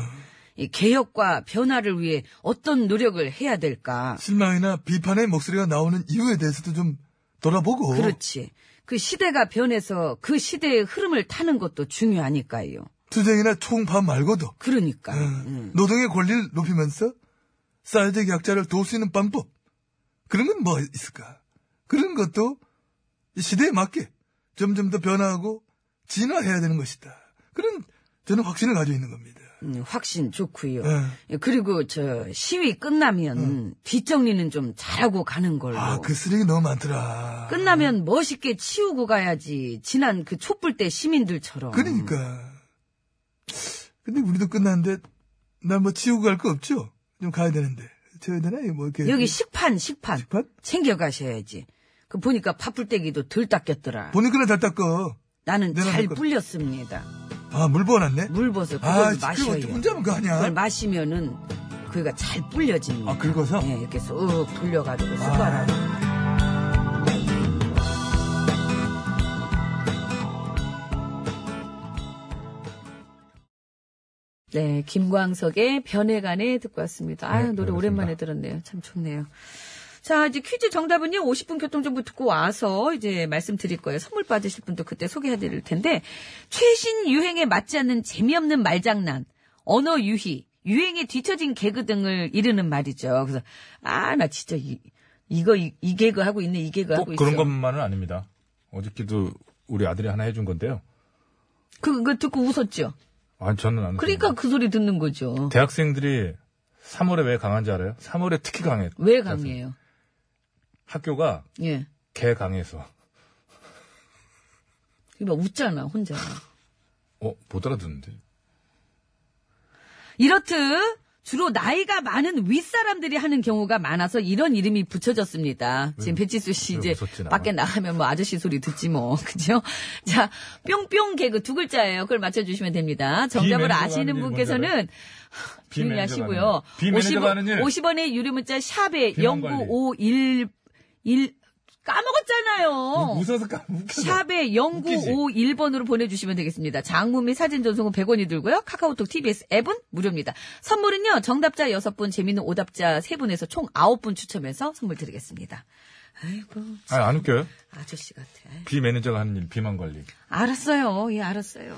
B: 이 개혁과 변화를 위해 어떤 노력을 해야 될까?
F: 실망이나 비판의 목소리가 나오는 이유에 대해서도 좀 돌아보고
B: 그렇지. 그 시대가 변해서 그 시대의 흐름을 타는 것도 중요하니까요.
F: 투쟁이나 총파 말고도
B: 그러니까.
F: 음. 노동의 권리를 높이면서 사회적 약자를 도울 수 있는 방법 그런 건 뭐 있을까? 그런 것도 이 시대에 맞게 점점 더 변화하고 진화해야 되는 것이다. 그런 저는 확신을 가지고 있는 겁니다.
B: 음, 확신 좋고요.
F: 예.
B: 그리고 저 시위 끝나면 뒷정리는 좀 잘하고 가는 걸로.
F: 어. 아 그 쓰레기 너무 많더라.
B: 끝나면 멋있게 치우고 가야지. 지난 그 촛불 때 시민들처럼.
F: 그러니까. 근데 우리도 끝났는데 나 뭐 치우고 갈 거 없죠? 좀 가야 되는데 채워야 되나? 이거 뭐 이렇게
B: 여기 식판 식판
F: 식판?
B: 챙겨 가셔야지. 그 보니까 파풀떼기도 덜 닦였더라.
F: 보는 거나 잘 닦어.
B: 나는
F: 내가
B: 잘
F: 할 거-
B: 불렸습니다.
F: 아물 부어놨네.
B: 물 벗어 그걸
F: 아,
B: 마셔요.
F: 지금 혼자 하면 그거
B: 그걸
F: 아니야?
B: 마시면은 그가 잘 불려집니다.
F: 아, 긁어서? 아.
B: 예, 이렇게 쏙 불려가지고 숟가락. 으로 네, 김광석의 변해간에 듣고 왔습니다. 아유,
A: 네,
B: 노래
A: 알겠습니다.
B: 오랜만에 들었네요. 참 좋네요. 자, 이제 퀴즈 정답은요, 50분 교통정보 듣고 와서 이제 말씀드릴 거예요. 선물 받으실 분도 그때 소개해드릴 텐데, 최신 유행에 맞지 않는 재미없는 말장난, 언어 유희, 유행에 뒤처진 개그 등을 이르는 말이죠. 그래서, 아, 나 진짜 이, 이거, 이, 이 개그 하고 있네, 이 개그 하고
A: 꼭
B: 있어.
A: 그런 것만은 아닙니다. 어저께도 우리 아들이 하나 해준 건데요.
B: 그, 그거 듣고 웃었죠.
A: 아니, 저는 안.
B: 그러니까 그 소리 듣는 거죠.
A: 대학생들이 3월에 왜 강한지 알아요? 3월에 특히 강해.
B: 왜 강해요?
A: 학교가
B: 예.
A: 개 강해서.
B: 막 웃잖아, 혼자.
A: 어, 못 알아듣는데.
B: 이렇듯 주로 나이가 많은 윗사람들이 하는 경우가 많아서 이런 이름이 붙여졌습니다. 지금 배치수 씨
A: 왜
B: 이제
A: 웃었지, 음, 나?
B: 밖에 나가면 뭐 아저씨 소리 듣지 뭐. 그죠? 자, 뿅뿅 개그 두 글자예요. 그걸 맞춰주시면 됩니다. 정답을
A: 비매니저가 하는
B: 아시는
A: 일
B: 분께서는 조용히
A: 비매니저가
B: 하시고요.
A: 하는 일. 비매니저가 하는 일.
B: 50원의 유료 문자 샵에
A: 비만 관리.
B: 0951, 일 까먹었잖아요.
A: 웃어서 까먹었어.
B: 샵에 0951번으로 보내주시면 되겠습니다. 장문 및 사진 전송은 100원이 들고요. 카카오톡 TBS 앱은 무료입니다. 선물은요. 정답자 6분, 재미있는 오답자 3분에서 총 9분 추첨해서 선물 드리겠습니다. 아이고
A: 아니, 안 웃겨요?
B: 아저씨 같아.
A: 비 매니저가 하는 일, 비만 관리.
B: 알았어요. 예, 알았어요.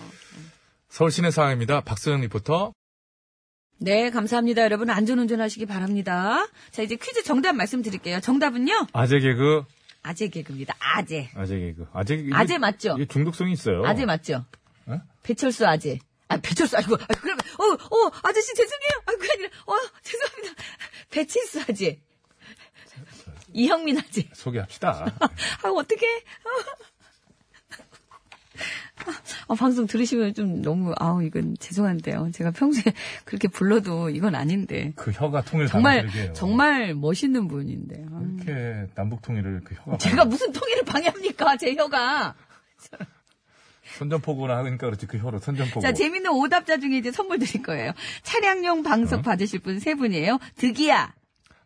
A: 서울 시내 상황입니다. 박소영 리포터.
B: 네, 감사합니다. 여러분 안전운전 하시기 바랍니다. 자, 이제 퀴즈 정답 말씀드릴게요. 정답은요.
A: 아재 개그.
B: 아재 개그입니다. 아재.
A: 아재 개그. 아재 개그.
B: 아재 맞죠?
A: 이게 중독성이 있어요. 어?
B: 아재 맞죠? 배철수 아재. 아, 배철수 아니고, 아, 그럼, 어, 어, 아저씨 죄송해요. 아, 그게 아니라, 어, 죄송합니다. 배칠수 아재. 이형민 아재.
A: 소개합시다.
B: 아, 어떡해. 아, 방송 들으시면 좀 너무, 아우, 이건 죄송한데요. 제가 평소에 그렇게 불러도 이건 아닌데.
A: 그 혀가 통일
B: 정말,
A: 가능하게요.
B: 정말 멋있는 분인데. 아.
A: 이렇게 남북 통일을 그 혀가.
B: 제가 무슨 통일을 방해합니까? 제 혀가.
A: 선전포고나 하니까 그렇지 그 혀로 선전포고.
B: 자, 재밌는 오답자 중에 이제 선물 드릴 거예요. 차량용 방석 받으실 분 세 분이에요. 득이야.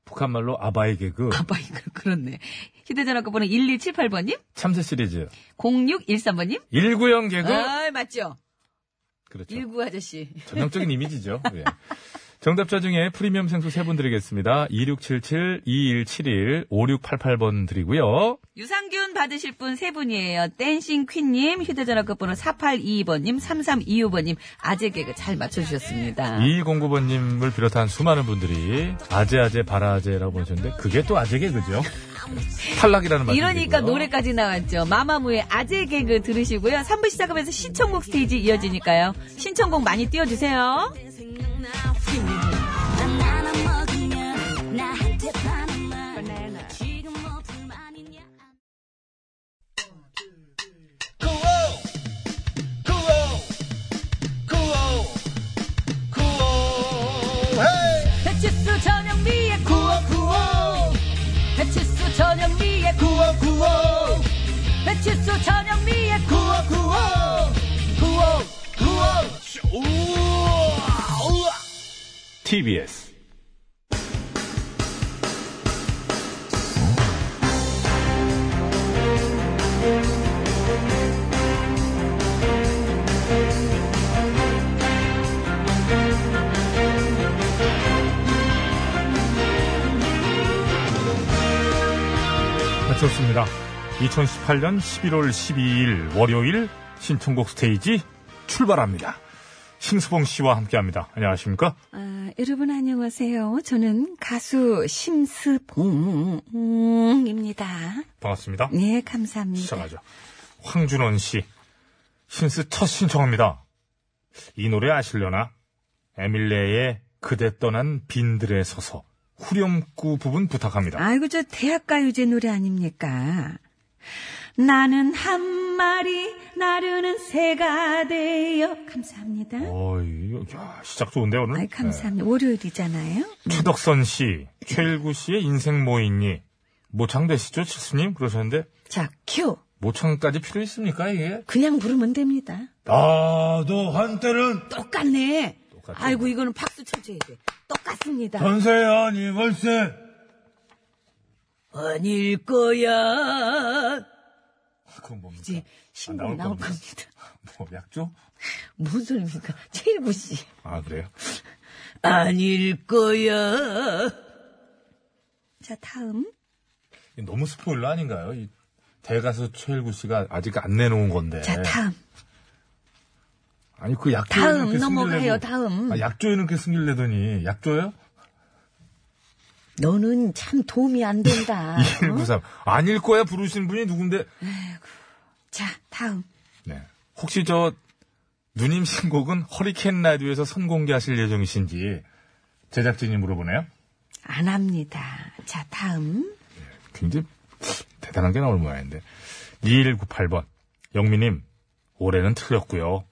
A: 북한 말로 아바이 개그.
B: 아빠, 이거, 그렇네. 휴대전화 끝번호 1178번님,
A: 참새 시리즈.
B: 0613번님.
A: 190 개그.
B: 아, 맞죠?
A: 그렇죠.
B: 일구 아저씨.
A: 전형적인 이미지죠. 예. 정답자 중에 프리미엄 생수 세 분 드리겠습니다. 2677-2171-5688번 드리고요.
B: 유산균 받으실 분 세 분이에요. 댄싱 퀸님, 휴대전화 끝번호 4822번님, 3325번님, 아재 개그 잘
A: 예,
B: 맞춰주셨습니다.
A: 2209번님을 비롯한 수많은 분들이 아재아재 바라아재라고 보내셨는데 그게 또 아재게 그죠? 탈락이라는 말씀.
B: 이러니까 노래까지 나왔죠. 마마무의 아재 개그 들으시고요. 3부 시작하면서 신청곡 스테이지 이어지니까요. 신청곡 많이 띄워주세요. 배치수 전영미의 구호 구호 배치수 전영미의 구호 구호 배치수 전영미의 구호
A: TBS. 마쳤습니다. 2018년 11월 12일 월요일 신청곡 스테이지 출발합니다. 심수봉 씨와 함께합니다. 안녕하십니까?
B: 아, 여러분 안녕하세요. 저는 가수 심스봉입니다.
A: 반갑습니다.
B: 네, 감사합니다.
A: 시작하죠. 황준원 씨. 신스 첫 신청합니다. 이 노래 아실려나? 에밀레의 그대 떠난 빈들에 서서 후렴구 부분 부탁합니다.
B: 아이고 저 대학가요제 노래 아닙니까? 나는 한 마리 나르는 새가 되어 감사합니다.
A: 어이, 네. 야, 시작 좋은데 오늘?
B: 아이 감사합니다. 월요일이잖아요.
A: 네. 최덕선 씨, 최일구 씨의 인생 뭐 있니? 모창 되시죠, 칠수님? 그러셨는데
B: 자, 큐.
A: 모창까지 필요 있습니까 이게?
B: 그냥 부르면 됩니다.
A: 나도 한때는
B: 똑같네.
A: 똑같죠.
B: 아이고 어? 이거는 박수 쳐줘야 돼. 똑같습니다.
A: 전세 아니 월세.
B: 아닐 거야.
A: 그건 뭡니까?
B: 이제 네, 신곡
A: 아,
B: 이 나올
A: 나올
B: 겁니다.
A: 뭐 약조?
B: 무슨 소리입니까? 최일구 씨.
A: 아 그래요?
B: 아닐 거야. 자, 다음.
A: 이게 너무 스포일러 아닌가요? 이 대가수 최일구 씨가 아직 안 내놓은 건데.
B: 자, 다음.
A: 아니 그 약조.
B: 다음 넘어가요, 다음.
A: 아, 약조에는 그렇게 승질 내더니 약조요?
B: 너는 참 도움이 안 된다. 어?
A: 2193. 아닐 거야 부르신 분이 누군데?
B: 자, 다음.
A: 네. 혹시 저 누님 신곡은 허리케인 라디오에서 선공개하실 예정이신지 제작진이 물어보네요.
B: 안 합니다. 자, 다음.
A: 굉장히 대단한 게 나올 모양인데. 2198번. 영미님, 올해는 틀렸고요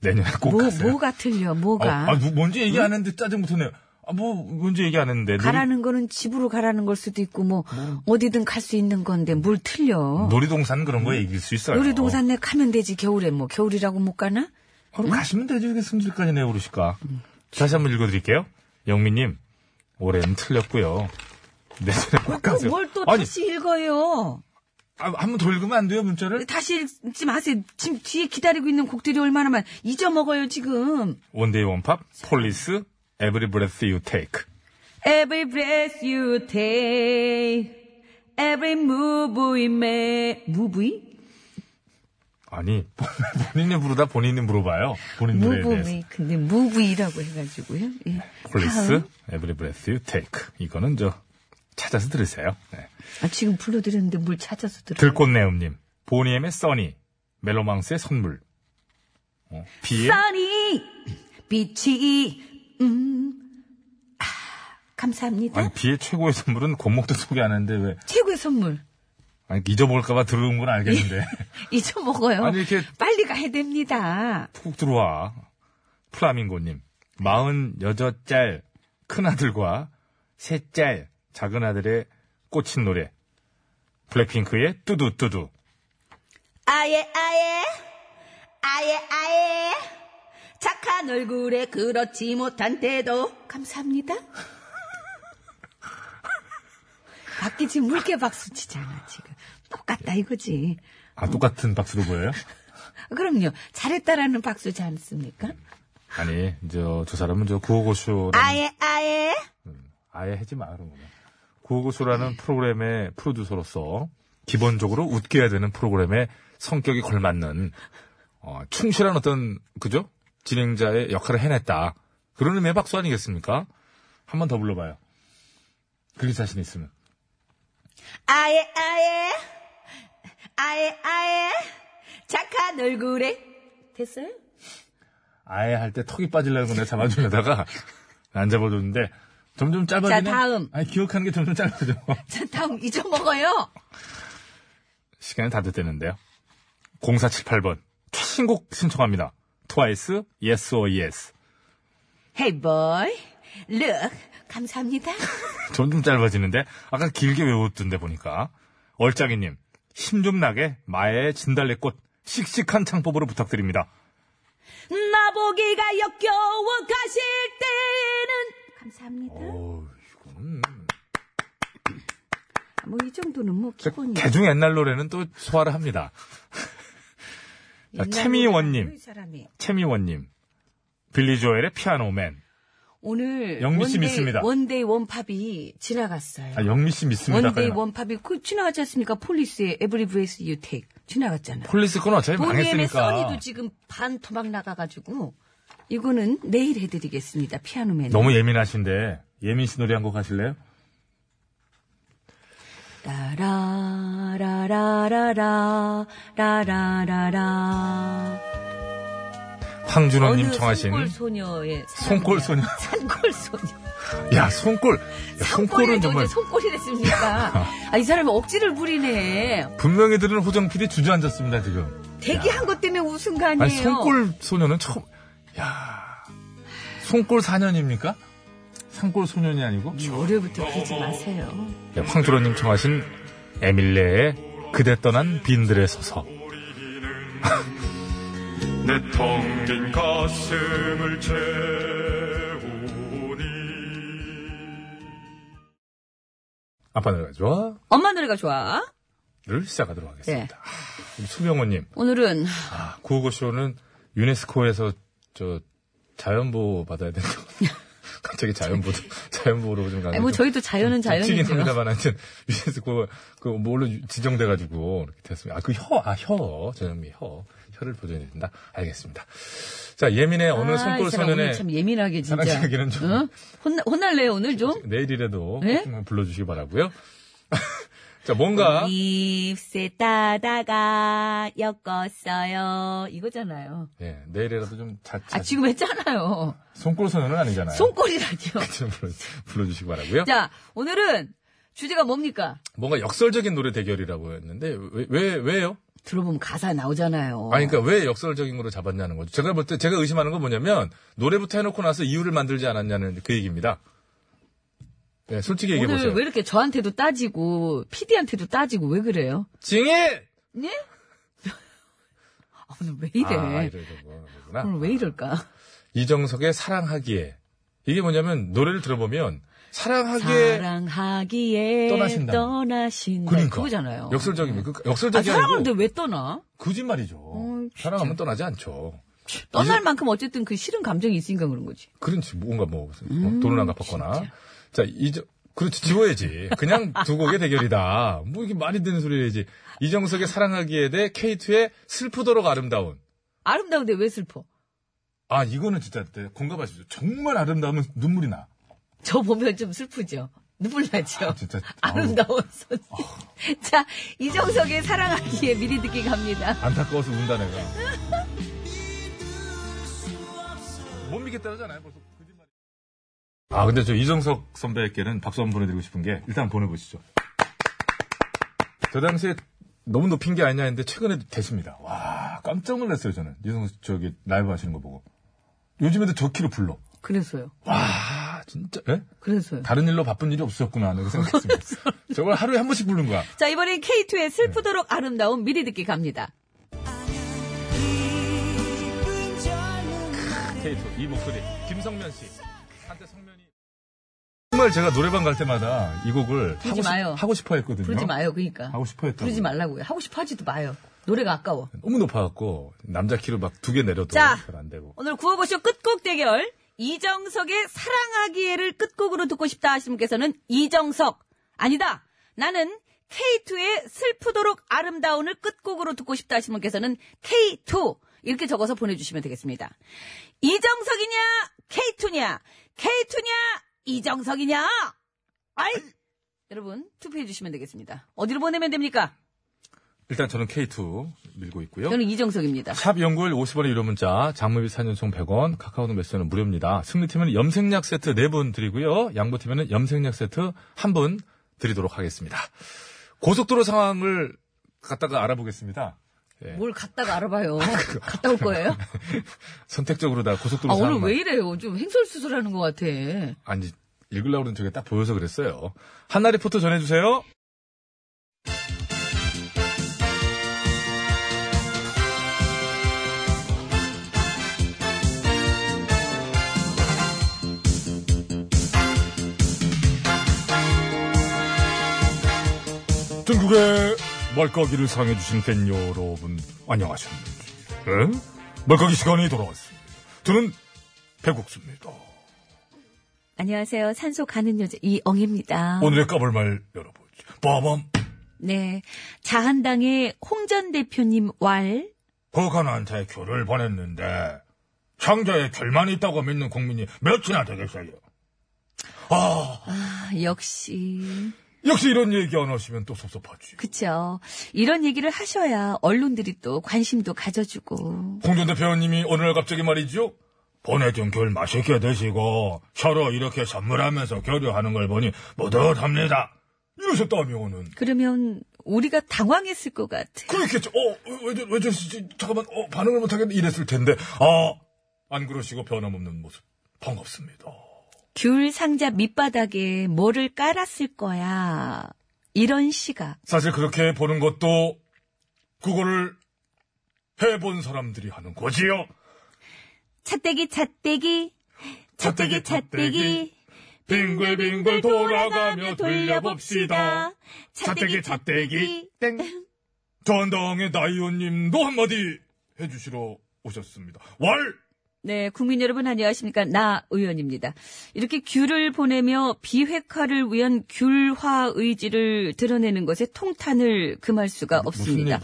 A: 내년에 꼭
B: 뭐, 어,
A: 가세요.
B: 뭐가 틀려, 뭐가.
A: 아, 아, 누- 뭔지 얘기 안 했는데 짜증부터네요. 아, 뭐, 뭔지 얘기 안 했는데.
B: 가라는 거는 집으로 가라는 걸 수도 있고, 뭐, 어디든 갈 수 있는 건데, 뭘 틀려.
A: 놀이, 동산 그런 거 얘기일 수 있어요.
B: 놀이동산 내 가면 되지, 겨울에 뭐. 겨울이라고 못 가나?
A: 바로 어, 가시면 되죠. 이게 승질까지 내오르실까.
B: 음.
A: 다시 한번 읽어드릴게요. 영미님, 올해는 틀렸고요 내년에 꼭 가세요.
B: 어, 뭘 또
A: 아니,
B: 다시 읽어요.
A: 아, 한번 더 읽으면 안 돼요, 문자를?
B: 다시 읽지 마세요. 지금 뒤에 기다리고 있는 곡들이 얼마나 많, 잊어먹어요, 지금.
A: 원데이 원팝, 폴리스, 에브리 브레스 유 테이크.
B: Every breath you take, every move we make. move?
A: 아니, 본인이 부르다 본인이 물어봐요. 본인 노래에 대해서.
B: 무브이 근데 무브이라고 해가지고요. 예.
A: 폴리스,
B: 다음.
A: 에브리 브레스 유 테이크. 이거는 저, 찾아서 들으세요. 네.
B: 아, 지금 불러드렸는데 뭘 찾아서 들어?
A: 들꽃내음님, 보니엠의 써니, 멜로망스의 선물. 어, 비의
B: 써니 빛이 음 아, 감사합니다.
A: 아니 비의 최고의 선물은 곤목도 소개 안 했는데 왜
B: 최고의 선물
A: 아니 잊어버릴까봐 들어온 건 알겠는데
B: 잊어먹어요.
A: 아니, 이렇게-
B: 빨리 가야 됩니다.
A: 푹 들어와 플라밍고님 마흔 여섯 짤큰 아들과 셋짤 작은 아들의 꽂힌 노래 블랙핑크의 뚜두뚜두
B: 아예 아예 아예 아예 착한 얼굴에 그렇지 못한 때도 감사합니다. 밖에 지금 물개 박수 치잖아 지금 똑같다 이거지.
A: 아 똑같은 박수로 보여요?
B: 그럼요. 잘했다라는 박수지 않습니까?
A: 아니 저 저 사람은 저 구호고쇼라는
B: 아예, 아예.
A: 아예 하지 마, 그런 거는. 구호고수라는 프로그램의 프로듀서로서 기본적으로 웃게 해야 되는 프로그램의 성격이 걸맞는, 어, 충실한 어떤, 그죠? 진행자의 역할을 해냈다. 그런 의미의 박수 아니겠습니까? 한 번 더 불러봐요. 그게 자신 있으면.
B: 아예, 아예. 아예, 아예. 착한 얼굴에. 됐어요?
A: 아예 할 때 턱이 빠지려고 내가 잡아주려다가 안 잡아줬는데 점점 짧아지네.
B: 자, 다음.
A: 아니, 기억하는 게 점점 짧아져.
B: 자, 다음 잊어먹어요.
A: 시간이 다 됐대는데요. 0478번. 신곡 신청합니다. 트와이스, yes or yes.
B: Hey, boy. Look. 감사합니다.
A: 점점 짧아지는데 아까 길게 외웠던데 보니까 얼짱이님 힘 좀 나게 마의 진달래꽃 씩씩한 창법으로 부탁드립니다.
B: 나보기가 역겨워 가실 때에는. 감사합니다.
A: 어, 이거는
B: 뭐, 이 정도는 뭐, 기본이에요.
A: 개중 옛날 노래는 또 소화를 합니다. 자,
B: 옛날
A: 채미원님.
B: 이 사람이.
A: 채미원님, 빌리 조엘의 피아노맨.
B: 오늘.
A: 영미 씨
B: 원데이-
A: 믿습니다.
B: 원데이 원팝이 지나갔어요.
A: 아, 영미 씨 믿습니다.
B: 원데이 원팝이 그 지나갔지 않습니까? 폴리스의 에브리 브레스 유 테이크 지나갔잖아.
A: 폴리스 건 어차피
B: 보니엠의
A: 망했으니까.
B: 써니도 지금 반 토막 나가가지고 이거는 내일 해드리겠습니다. 피아노맨.
A: 너무 예민하신데 예민 씨 노래 한 곡 하실래요?
B: 라라라라라라 라라라라.
A: 황준호님
B: 어느
A: 청하신
B: 손골 소녀의
A: 손골 소녀.
B: 산골 소녀.
A: 야 손골. 야,
B: 산골을
A: 손골은
B: 정말
A: 정말
B: 손골이랬습니까? 아, 이 사람이 억지를 부리네.
A: 분명히 들은 호정 PD 주저앉았습니다 지금.
B: 대기한 것 때문에 웃은 거 아니에요?
A: 아니, 손골 소녀는 처음, 야 손골 사년입니까? 산골 소년이 아니고?
B: 노래부터 그러지 마세요.
A: 네, 황주로님 청하신 에밀레의 그대 떠난 빈들에 서서.
G: 내 텅빈 가슴을 채우니
A: 아빠 노래가 좋아?
B: 엄마 노래가 좋아.
A: 를 시작하도록 하겠습니다.
B: 예.
A: 하, 우리 수병호님,
B: 오늘은
A: 아, 구호고쇼는 유네스코에서 저 자연보호 받아야 된다. 갑자기 자연보호, 자연보호로 좀 가는
B: 아니, 뭐
A: 좀
B: 저희도 자연은
A: 웃기긴
B: 자연이죠.
A: 합니다만 하여튼 유네스코 그 뭘로 유- 지정돼가지고 이렇게 됐습니다. 아 그 혀 아 혀 전현미 혀 혀를 보존해야 된다. 알겠습니다. 자 예민의 어느
B: 아,
A: 손골
B: 이 사람
A: 선언에
B: 오늘 참 예민하게 진짜.
A: 사랑하기는 좀-
B: 어? 혼나, 혼날래요 오늘 좀?
A: 내일이라도
B: 네?
A: 꼭 한번 불러주시기 바라고요. 자 뭔가
B: 잎새 따다가 엮었어요. 이거잖아요.
A: 예, 내일이라도 좀 자, 네. 자,
B: 아 지금 했잖아요.
A: 손골 선언은 아니잖아요.
B: 손골이라니요.
A: 좀 불러- 불러주시기 바라고요.
B: 자 오늘은 주제가 뭡니까?
A: 뭔가 역설적인 노래 대결이라고 했는데 왜, 왜 왜요?
B: 들어보면 가사 나오잖아요.
A: 아니 그러니까 왜 역설적인 거로 잡았냐는 거죠. 제가 볼 때 제가 의심하는 건 뭐냐면 노래부터 해놓고 나서 이유를 만들지 않았냐는 그 얘기입니다. 네, 솔직히 얘기해
B: 오늘
A: 보세요.
B: 왜 이렇게 저한테도 따지고 PD한테도 따지고 왜 그래요?
A: 징일!
B: 네? 아, 오늘 왜 이래?
A: 아, 이래, 이래, 뭐, 뭐구나.
B: 오늘 왜 이럴까?
A: 이정석의 사랑하기에 이게 뭐냐면 노래를 들어보면 사랑하기에
B: 사랑하기에
A: 떠나신다.
B: 떠나신다.
A: 그러니까.
B: 거잖아요
A: 역설적인 그,
B: 아, 어,
A: 역설적이 아, 니고
B: 사랑하는데 왜 떠나?
A: 거짓말이죠. 사랑하면 떠나지 않죠.
B: 떠날 만큼 어쨌든 그 싫은 감정이 있으니까 그런 거지.
A: 그런지 뭔가 뭐
B: 음,
A: 돈을 안 갚았거나 자 이제 그렇지 지워야지 그냥 두 곡의 대결이다 뭐 이게 말이 되는 소리야지 이정석의 사랑하기에 대해 K2의 슬프도록 아름다운
B: 아름다운데 왜 슬퍼?
A: 아 이거는 진짜 공감하시죠 정말 아름다우면 눈물이 나
B: 저 보면 좀 슬프죠. 눈물 나죠.
A: 아, 진짜
B: 아름다운 선생. 자, 이정석의 사랑하기에 미리 듣기 갑니다.
A: 아우, 안타까워서 운다 내가 못 믿겠다잖아요 벌써 거짓말. 아 근데 저 이정석 선배께는 박수 한번 보내드리고 싶은 게 일단 보내보시죠 저 당시에 너무 높인 게 아니냐 했는데 최근에도 됐습니다. 와 깜짝 놀랐어요 저는 이성수 저기 라이브 하시는 거 보고 요즘에도 저 키로 불러.
B: 그래서요.
A: 와 진짜 예?
B: 그래서요.
A: 다른 일로 바쁜 일이 없으셨구나 하는 생각했습니다. 저걸 하루에 한 번씩 부른 거야.
B: 자, 이번엔 K2의 슬프도록 아름다운 미리 듣기 갑니다.
A: 이 목소리 김성면 씨. 한때 성면이 정말 제가 노래방 갈 때마다 이 곡을
B: 부르지
A: 하고, 싶-
B: 마요.
A: 하고 싶어 했거든요.
B: 부르지 마요, 그러니까.
A: 하고 싶어 했다고.
B: 부르지 말라고요. 하고 싶어 하지도 마요. 노래가 아까워.
A: 너무 높아갖고 남자 키로 막 두 개 내려도
B: 자.
A: 잘 안 되고.
B: 오늘 구호고쇼 끝곡 대결. 이정석의 사랑하기에를 끝곡으로 듣고 싶다 하시는 분께서는 이정석. 아니다. 나는 K2의 슬프도록 아름다운을 끝곡으로 듣고 싶다 하시는 분께서는 K2. 이렇게 적어서 보내주시면 되겠습니다. 이정석이냐, K2냐, K2냐, 이정석이냐. 아이! 여러분, 투표해주시면 되겠습니다. 어디로 보내면 됩니까?
A: 일단 저는 K2 밀고 있고요.
B: 저는 이정석입니다.
A: 샵 연구일 50원의 유료 문자, 장무비 4년송 100원, 카카오톡 메시지는 무료입니다. 승리팀은 염색약 세트 4분 드리고요. 양보팀에는 염색약 세트 1분 드리도록 하겠습니다. 고속도로 상황을 갖다가 알아보겠습니다. 예,
B: 뭘 갔다가 알아봐요. 갔다 올 거예요?
A: 선택적으로 다 고속도로
B: 아,
A: 상황.
B: 오늘 왜 이래요? 좀 횡설수설하는 것 같아.
A: 아니, 읽으려고 그러는 저게 딱 보여서 그랬어요. 한나 리포터 전해주세요. 중국의 말까기를 상해주신 팬 여러분, 안녕하셨는지. 예? 말까기 시간이 돌아왔습니다. 저는 배국수입니다.
B: 안녕하세요. 산소 가는 여자 이엉입니다.
A: 오늘의 까불말 열어보죠. 빠밤.
B: 네. 자한당의 홍전 대표님 왈.
A: 북한한테 교를 보냈는데 창자에 결만 있다고 믿는 국민이 몇이나 되겠어요. 아,
B: 아, 역시.
A: 역시 이런 얘기 안 하시면 또 섭섭하지.
B: 그쵸. 이런 얘기를 하셔야 언론들이 또 관심도 가져주고.
A: 홍준 대표님이 오늘 갑자기 말이죠. 보내준 결 맛있게 드시고 서로 이렇게 선물하면서 교류하는 걸 보니 뿌듯합니다. 이러셨다면은
B: 그러면 우리가 당황했을 것 같아.
A: 그렇겠죠. 어, 왜, 저- 왜 저러시지? 잠깐만, 어, 반응을 못하겠네. 이랬을 텐데. 아, 안 그러시고 변함없는 모습. 반갑습니다.
B: 귤 상자 밑바닥에 뭐를 깔았을 거야. 이런 시각.
A: 사실 그렇게 보는 것도 그거를 해본 사람들이 하는 거지요.
B: 찻대기 찻대기 찻대기
A: 찻대기,
B: 찻대기
F: 빙글빙글 돌아가며 돌려봅시다.
H: 잣대기,
F: 잣대기 땡. 전당의 나이오님도 한마디 해주시러 오셨습니다. 왈
B: 네, 국민 여러분 안녕하십니까. 나 의원입니다. 이렇게 귤을 보내며 비핵화를 위한 귤화 의지를 드러내는 것에 통탄을 금할 수가 없습니다.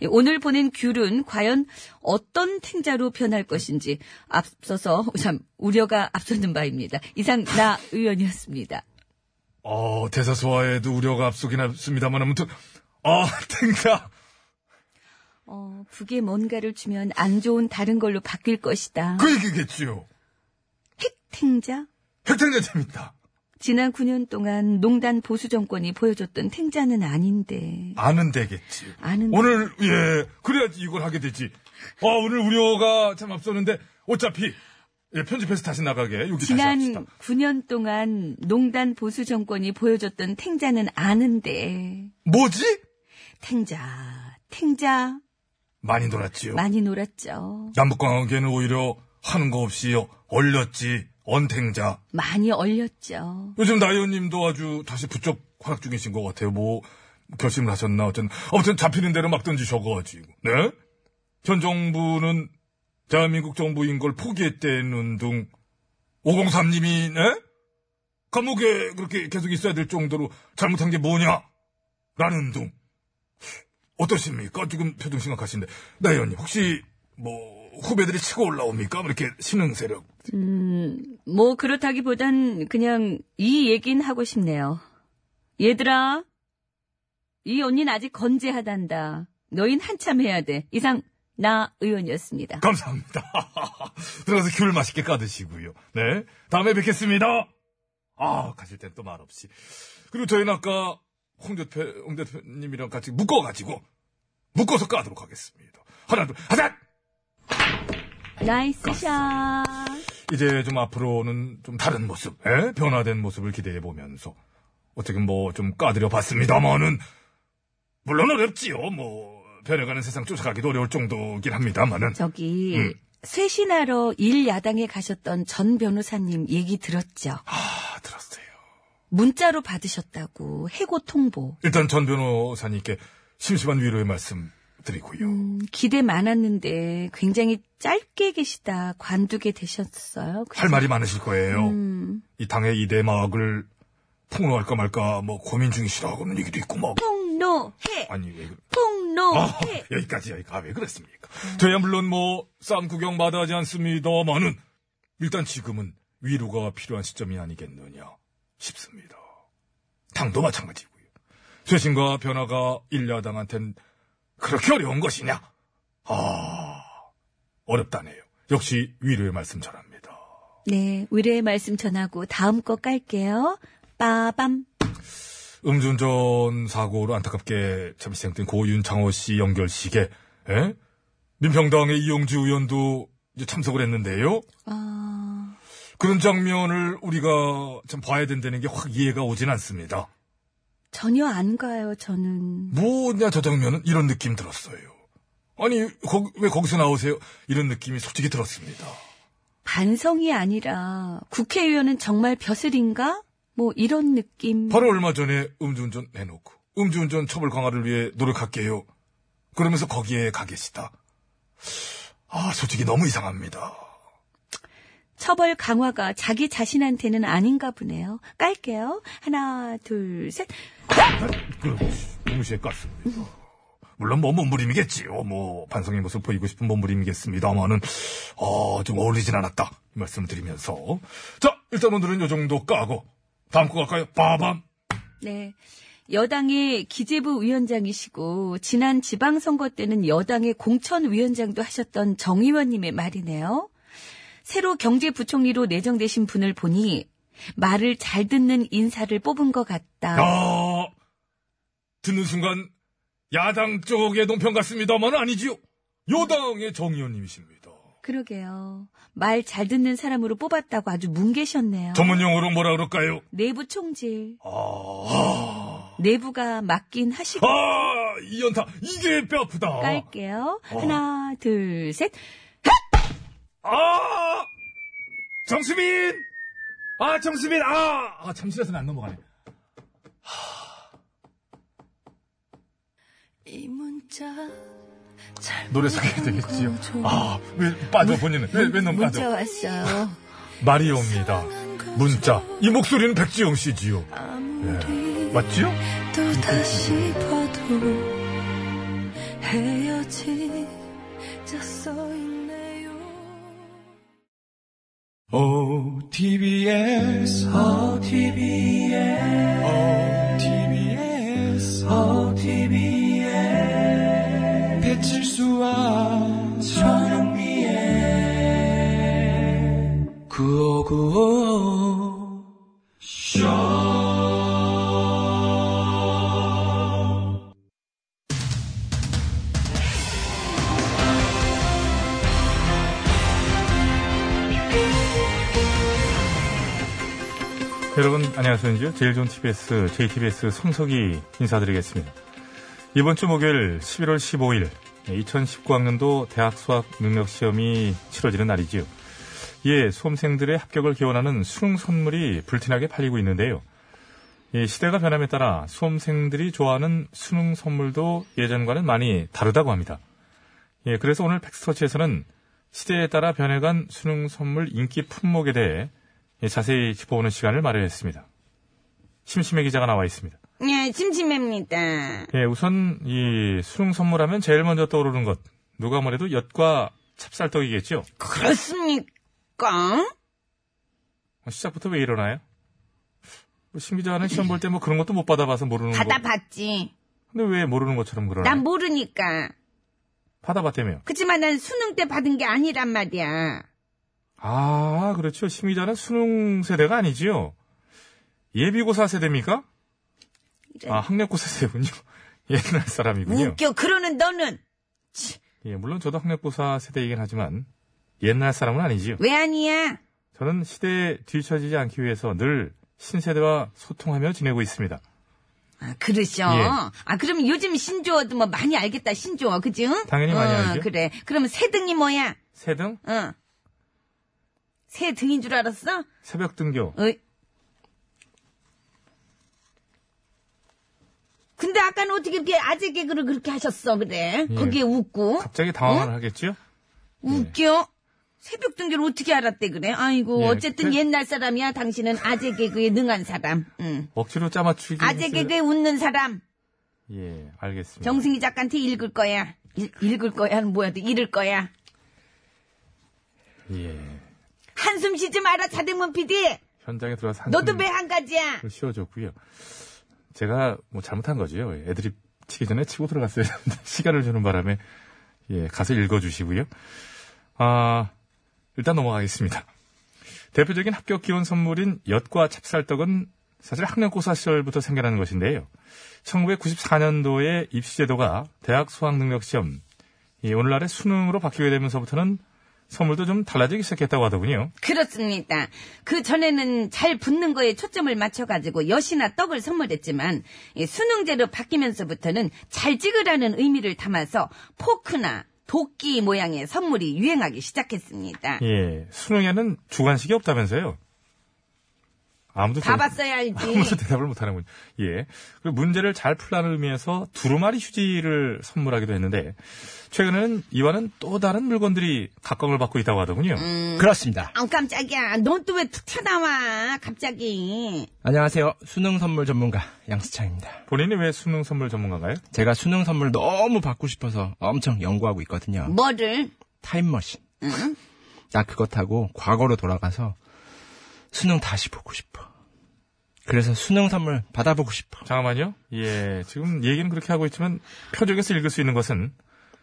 B: 예, 오늘 보낸 귤은 과연 어떤 탱자로 변할 것인지 앞서서 참 우려가 앞서는 바입니다. 이상 나 의원이었습니다.
F: 어, 대사 소화에도 우려가 앞서긴 했습니다만 아무튼 아 탱자
B: 어, 북에 뭔가를 주면 안 좋은 다른 걸로 바뀔 것이다.
F: 그 얘기겠지요.
B: 핵탱자?
F: 핵탱자 재밌다.
B: 지난 9년 동안 농단 보수 정권이 보여줬던 탱자는 아닌데.
F: 아는 데겠지.
B: 아는
F: 오늘 예 그래야지 이걸 하게 되지. 아 오늘 우려가 참 앞서는데 어차피 예, 편집해서 다시 나가게 여기
B: 지난
F: 다시 합시다.
B: 9년 동안 농단 보수 정권이 보여줬던 탱자는 아는데.
F: 뭐지?
B: 탱자, 탱자
F: 많이 놀았지요.
B: 많이 놀았죠.
F: 남북관계는 오히려 하는 거 없이 얼렸지 언탱자.
B: 많이 얼렸죠.
F: 요즘 나의원님도 아주 다시 부쩍 활약 중이신 것 같아요. 뭐 결심을 하셨나 어쨌든 아무튼 잡히는 대로 막 던지셔가지고 네? 현 정부는 대한민국 정부인 걸 포기했다는 등 503님이 네? 감옥에 그렇게 계속 있어야 될 정도로 잘못한 게 뭐냐? 라는 등 어떠십니까? 지금 표정 심각하신데 네, 나의원님 혹시 뭐 후배들이 치고 올라옵니까? 뭐 이렇게 신흥 세력
B: 음, 뭐 그렇다기보단 그냥 이 얘긴 하고 싶네요. 얘들아, 이 언니는 아직 건재하단다. 너흰 한참 해야 돼. 이상 나 의원이었습니다.
F: 감사합니다. 들어가서 귤 맛있게 까드시고요. 네. 다음에 뵙겠습니다. 아, 가실 땐 또 말 없이. 그리고 저희는 아까 홍대표, 홍대표님이랑 같이 묶어가지고, 묶어서 까도록 하겠습니다. 하나, 둘, 하자!
B: 나이스 샷.
F: 이제 좀 앞으로는 좀 다른 모습, 예? 변화된 모습을 기대해 보면서 어떻게 뭐 좀 까드려 봤습니다만은 물론 어렵지요. 뭐 변해가는 세상 쫓아가기도 어려울 정도긴 합니다만은
B: 저기
F: 음.
B: 쇄신하러 일 야당에 가셨던 전 변호사님 얘기 들었죠.
F: 다 아, 들었어요.
B: 문자로 받으셨다고 해고 통보.
F: 일단 전 변호사님께 심심한 위로의 말씀 드리고요.
B: 음, 기대 많았는데 굉장히 짧게 계시다 관두게 되셨어요. 그죠?
F: 할 말이 많으실 거예요.
B: 음.
F: 이 당의 이대 마악을 폭로할까 말까 뭐 고민 중이시라고 하는 얘기도 있고 막
B: 폭로해.
F: 아니 왜 그래. 아,
B: 폭로해.
F: 여기까지 여기가 왜 그랬습니까? 저야 물론 뭐 쌈 구경 마다하지 않습니다만은 일단 지금은 위로가 필요한 시점이 아니겠느냐 싶습니다. 당도 마찬가지고요. 쇄신과 변화가 일야당한텐 그렇게 어려운 것이냐? 아 어렵다네요. 역시 위로의 말씀 전합니다.
B: 네, 위례의 말씀 전하고 다음 거 깔게요. 빠밤.
F: 음주운전 사고로 안타깝게 참 희생된 고윤창호 씨 연결식에 예? 민평당의 이용주 의원도 이제 참석을 했는데요.
B: 아,
F: 그런 장면을 우리가 참 봐야 된다는 게 확 이해가 오진 않습니다.
B: 전혀 안 가요, 저는.
F: 뭐냐 저 장면은 이런 느낌 들었어요. 아니 거- 왜 거기서 나오세요? 이런 느낌이 솔직히 들었습니다.
B: 반성이 아니라 국회의원은 정말 벼슬인가? 뭐 이런 느낌.
F: 바로 얼마 전에 음주운전 해놓고 음주운전 처벌 강화를 위해 노력할게요. 그러면서 거기에 가 계시다. 아 솔직히 너무 이상합니다.
B: 처벌 강화가 자기 자신한테는 아닌가 보네요. 깔게요. 하나, 둘, 셋.
F: 그리고 동시에 깠습니다. 물론 뭐 몸부림이겠지요. 뭐 반성의 모습 보이고 싶은 몸부림이겠습니다만은 아, 좀 어울리진 않았다. 이 말씀을 드리면서 자 일단 오늘은 요 정도 까고 다음 거 갈까요? 빠밤
B: 네. 여당의 기재부 위원장이시고 지난 지방선거 때는 여당의 공천위원장도 하셨던 정 의원님의 말이네요. 새로 경제부총리로 내정되신 분을 보니 말을 잘 듣는 인사를 뽑은 것 같다.
F: 아 듣는 순간 야당 쪽의 논평 같습니다만 아니지요. 여당의 정 의원님이십니다.
B: 그러게요. 말 잘 듣는 사람으로 뽑았다고 아주 뭉개셨네요.
F: 전문 용어로 뭐라 그럴까요?
B: 내부 총질.
F: 아,
B: 내부가 맞긴 하시고
F: 아, 이 연타 이게 뼈 아프다. 어.
B: 깔게요. 하나, 둘, 셋.
F: 아! 정수빈!
A: 아, 정수빈! 아! 아, 잠실에서는 안 넘어가네.
I: 이 문자 잘
A: 노래 소개가 되겠지요. 아, 왜 빠져, 본인은. 왜, 왜 너무
I: 문자
A: 빠져?
I: 왔어요.
A: 말이 옵니다.
F: 뭐,
A: 문자. 이 목소리는 백지영 씨지요.
F: 예,
I: 아무리
A: 맞지요?
F: 음,
I: 또
F: 그
I: 다시 봐도 헤어지자 써 있네요.
D: OTBS, OTBS, OTBS, OTBS. 배칠수와 전영미의 9595.
A: 여러분 안녕하세요. 제일 좋은 TBS, JTBS 손석희 인사드리겠습니다. 이번 주 목요일 11월 15일 네, 2019학년도 대학 수학 능력 시험이 치러지는 날이지요. 이에 수험생들의 합격을 기원하는 수능 선물이 불티나게 팔리고 있는데요. 이 시대가 변함에 따라 수험생들이 좋아하는 수능 선물도 예전과는 많이 다르다고 합니다. 예, 그래서 오늘 팩스터치에서는 시대에 따라 변해간 수능 선물 인기 품목에 대해 예, 자세히 짚어보는 시간을 마련했습니다. 심심해 기자가 나와 있습니다.
B: 예, 심심합니다.
A: 예, 우선 이 수능 선물하면 제일 먼저 떠오르는 것 누가 뭐래도 엿과 찹쌀떡이겠죠.
B: 그렇습니까?
A: 어, 시작부터 왜 이러나요? 뭐심 기자는 시험 볼 때 뭐 그런 것도 못 받아봐서 모르는 거.
B: 받아봤지.
A: 근데 왜 모르는 것처럼 그러나요?
B: 난 모르니까.
A: 받아봤다며.
B: 그치만 난 수능 때 받은 게 아니란 말이야.
A: 아, 그렇죠. 심 기자는 수능 세대가 아니지요. 예비고사 세대입니까? 아, 학력고사 세대군요. 옛날 사람이군요.
B: 웃겨. 그러는 너는
A: 예, 물론 저도 학력고사 세대이긴 하지만 옛날 사람은 아니지요.
B: 왜 아니야?
A: 저는 시대에 뒤처지지 않기 위해서 늘 신세대와 소통하며 지내고 있습니다.
B: 아, 그러셔.
A: 예.
B: 아, 그럼 요즘 신조어도 뭐 많이 알겠다, 신조어. 그지? 응?
A: 당연히 많이
B: 어,
A: 알죠.
B: 그래. 그럼 새등이 뭐야?
A: 새등?
B: 어. 새등인 줄 알았어?
A: 새벽 등교.
B: 어이. 근데 아까는 어떻게 이렇게 아재 개그를 그렇게 하셨어, 그래?
A: 예.
B: 거기에 웃고.
A: 갑자기 예. 당황을 하겠지요?
B: 웃겨? 새벽 등교를 어떻게 알았대, 그래? 아이고,
A: 예,
B: 어쨌든
A: 그-
B: 옛날 사람이야. 당신은 아재 개그에 능한 사람. 응.
A: 억지로 짜맞추기.
B: 아재 개그에 웃는 사람.
A: 예, 알겠습니다.
B: 정승희 작가한테 읽을 거야. 읽, 읽을 거야는 뭐야? 또 읽을 거야.
A: 예.
B: 한숨 쉬지 마라, 차등문 PD.
A: 현장에 들어가서 한
B: 너도
A: 손
B: 왜 한 가지야?
A: 쉬어줬고요. 제가 뭐 잘못한 거죠. 예, 애들이 치기 전에 치고 들어갔어야 했는데 시간을 주는 바람에 예, 가서 읽어주시고요. 아, 일단 넘어가겠습니다. 대표적인 합격 기원 선물인 엿과 찹쌀떡은 사실 학년고사 시절부터 생겨나는 것인데요. 1994년도에 입시제도가 대학 수학능력시험, 이 오늘날의 수능으로 바뀌게 되면서부터는 선물도 좀 달라지기 시작했다고 하더군요.
B: 그렇습니다. 그 전에는 잘 붙는 거에 초점을 맞춰가지고 엿이나 떡을 선물했지만 이 수능제로 바뀌면서부터는 잘 찍으라는 의미를 담아서 포크나 도끼 모양의 선물이 유행하기 시작했습니다.
A: 예, 수능에는 주관식이 없다면서요? 아무도
B: 다
A: 대-
B: 봤어야 알지.
A: 아무도 대답을 못하는군요. 예. 그리고 문제를 잘 풀라는 의미에서 두루마리 휴지를 선물하기도 했는데 최근에는 이와는 또 다른 물건들이 각광을 받고 있다고 하더군요.
D: 그렇습니다.
B: 아 깜짝이야. 넌 또 왜 툭 튀어나와 갑자기.
D: 안녕하세요. 수능 선물 전문가 양수창입니다.
A: 본인이 왜 수능 선물 전문가인가요?
D: 제가 수능 선물 너무 받고 싶어서 엄청 연구하고 있거든요.
B: 뭐를?
D: 타임머신. 나 그거 타고 과거로 돌아가서 수능 다시 보고 싶어. 그래서 수능 선물 받아보고 싶어.
A: 잠깐만요. 예. 지금 얘기는 그렇게 하고 있지만 표정에서 읽을 수 있는 것은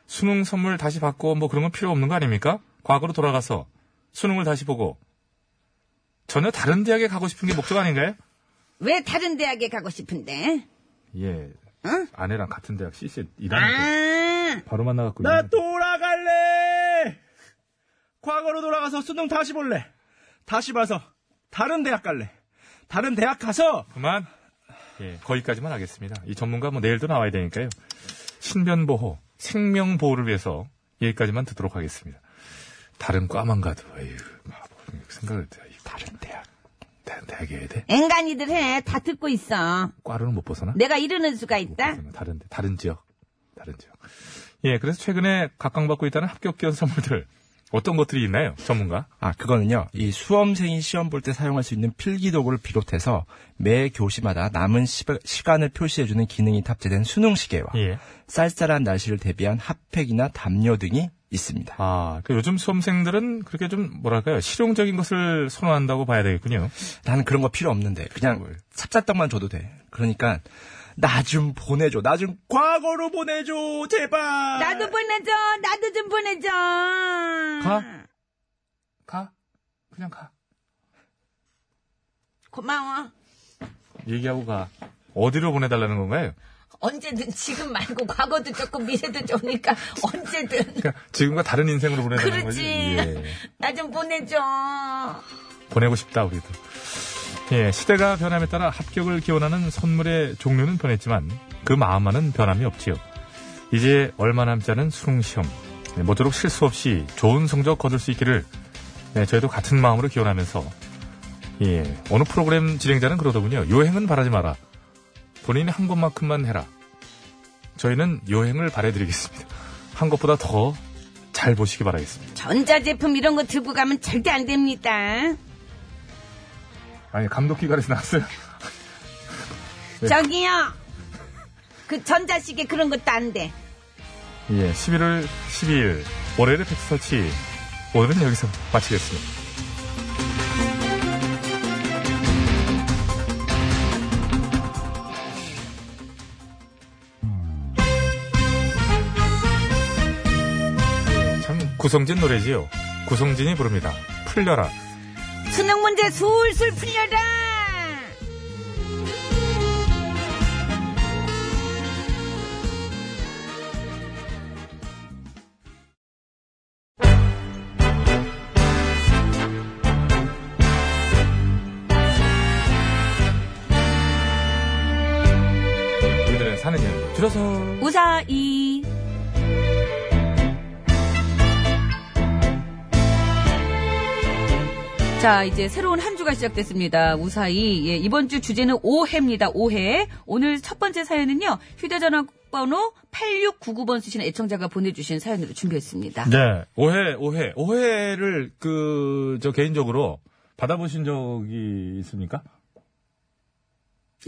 A: 수능 선물 다시 받고 뭐 그런 건 필요 없는 거 아닙니까? 과거로 돌아가서 수능을 다시 보고 전혀 다른 대학에 가고 싶은 게 목적 아닌가요?
B: 왜 다른 대학에 가고 싶은데?
A: 예. 아내랑 같은 대학 CC 일하는 데
B: 아,
A: 바로 만나갖고
D: 나
A: 있는데.
D: 돌아갈래! 과거로 돌아가서 수능 다시 볼래. 다시 봐서 다른 대학 갈래. 다른 대학 가서
A: 그만. 예, 거기까지만 하겠습니다. 이 전문가 뭐 내일도 나와야 되니까요. 신변 보호, 생명 보호를 위해서 여기까지만 듣도록 하겠습니다. 다른 과만 가도 에휴, 바보 생각을 해. 다른 대학. 대 대개에 대
B: 앵간이들 해. 다 듣고 있어.
A: 과로는 못 벗어나?
B: 내가 이르는 수가 있다.
A: 벗어나. 다른 데, 다른 지역, 다른 지역. 예, 그래서 최근에 각광받고 있다는 합격 기원 선물들 어떤 것들이 있나요, 전문가?
D: 아, 그거는요. 이 수험생이 시험 볼 때 사용할 수 있는 필기 도구를 비롯해서 매 교시마다 남은 시, 간을 표시해주는 기능이 탑재된 수능 시계와
A: 예.
D: 쌀쌀한 날씨를 대비한 핫팩이나 담요 등이 있습니다.
A: 아, 그 요즘 수험생들은 그렇게 좀 뭐랄까요, 실용적인 것을 선호한다고 봐야 되겠군요.
D: 나는 그런 거 필요 없는데 그냥 찹쌀떡만 줘도 돼. 그러니까 나 좀 보내줘. 나 좀 과거로 보내줘. 제발.
B: 나도 보내줘. 나도 좀 보내줘.
A: 가? 가, 그냥 가.
B: 고마워.
A: 얘기하고 가. 어디로 보내달라는 건가요?
B: 언제든 지금 말고 과거도 좋고 미래도 좋으니까 언제든
A: 그러니까 지금과 다른 인생으로 보내달라는 거지.
B: 그렇지.
A: 예.
B: 나 좀 보내줘.
A: 보내고 싶다 우리도. 예, 시대가 변함에 따라 합격을 기원하는 선물의 종류는 변했지만 그 마음만은 변함이 없지요. 이제 얼마 남지 않은 수능 시험 네, 모쪼록 실수 없이 좋은 성적 거둘 수 있기를 네, 저희도 같은 마음으로 기원하면서 예, 어느 프로그램 진행자는 그러더군요. 요행은 바라지 마라. 본인이 한 것만큼만 해라. 저희는 요행을 바래드리겠습니다. 한 것보다 더 잘 보시기 바라겠습니다.
B: 전자제품 이런 거 들고 가면 절대 안 됩니다.
A: 네. 아니 감독 기관에서 나왔어요. 네.
B: 저기요. 그 전자시계 그런 것도 안 돼.
A: 예, 11월 12일 월요일의 팩스터치 오늘은 여기서 마치겠습니다. 음. 참 구성진 노래지요. 구성진이 부릅니다. 풀려라.
B: 수능 문제 술술 풀려라.
A: 우리들의 사는 이야기 줄여서
B: 우사이. 자, 이제 새로운 한 주가 시작됐습니다. 우사히. 예, 이번 주 주제는 오해입니다. 오해. 오늘 첫 번째 사연은요. 휴대전화 번호 8699번 쓰시는 애청자가 보내주신 사연으로 준비했습니다.
A: 네. 오해, 오해, 오해를 그, 저 개인적으로 받아보신 적이 있습니까?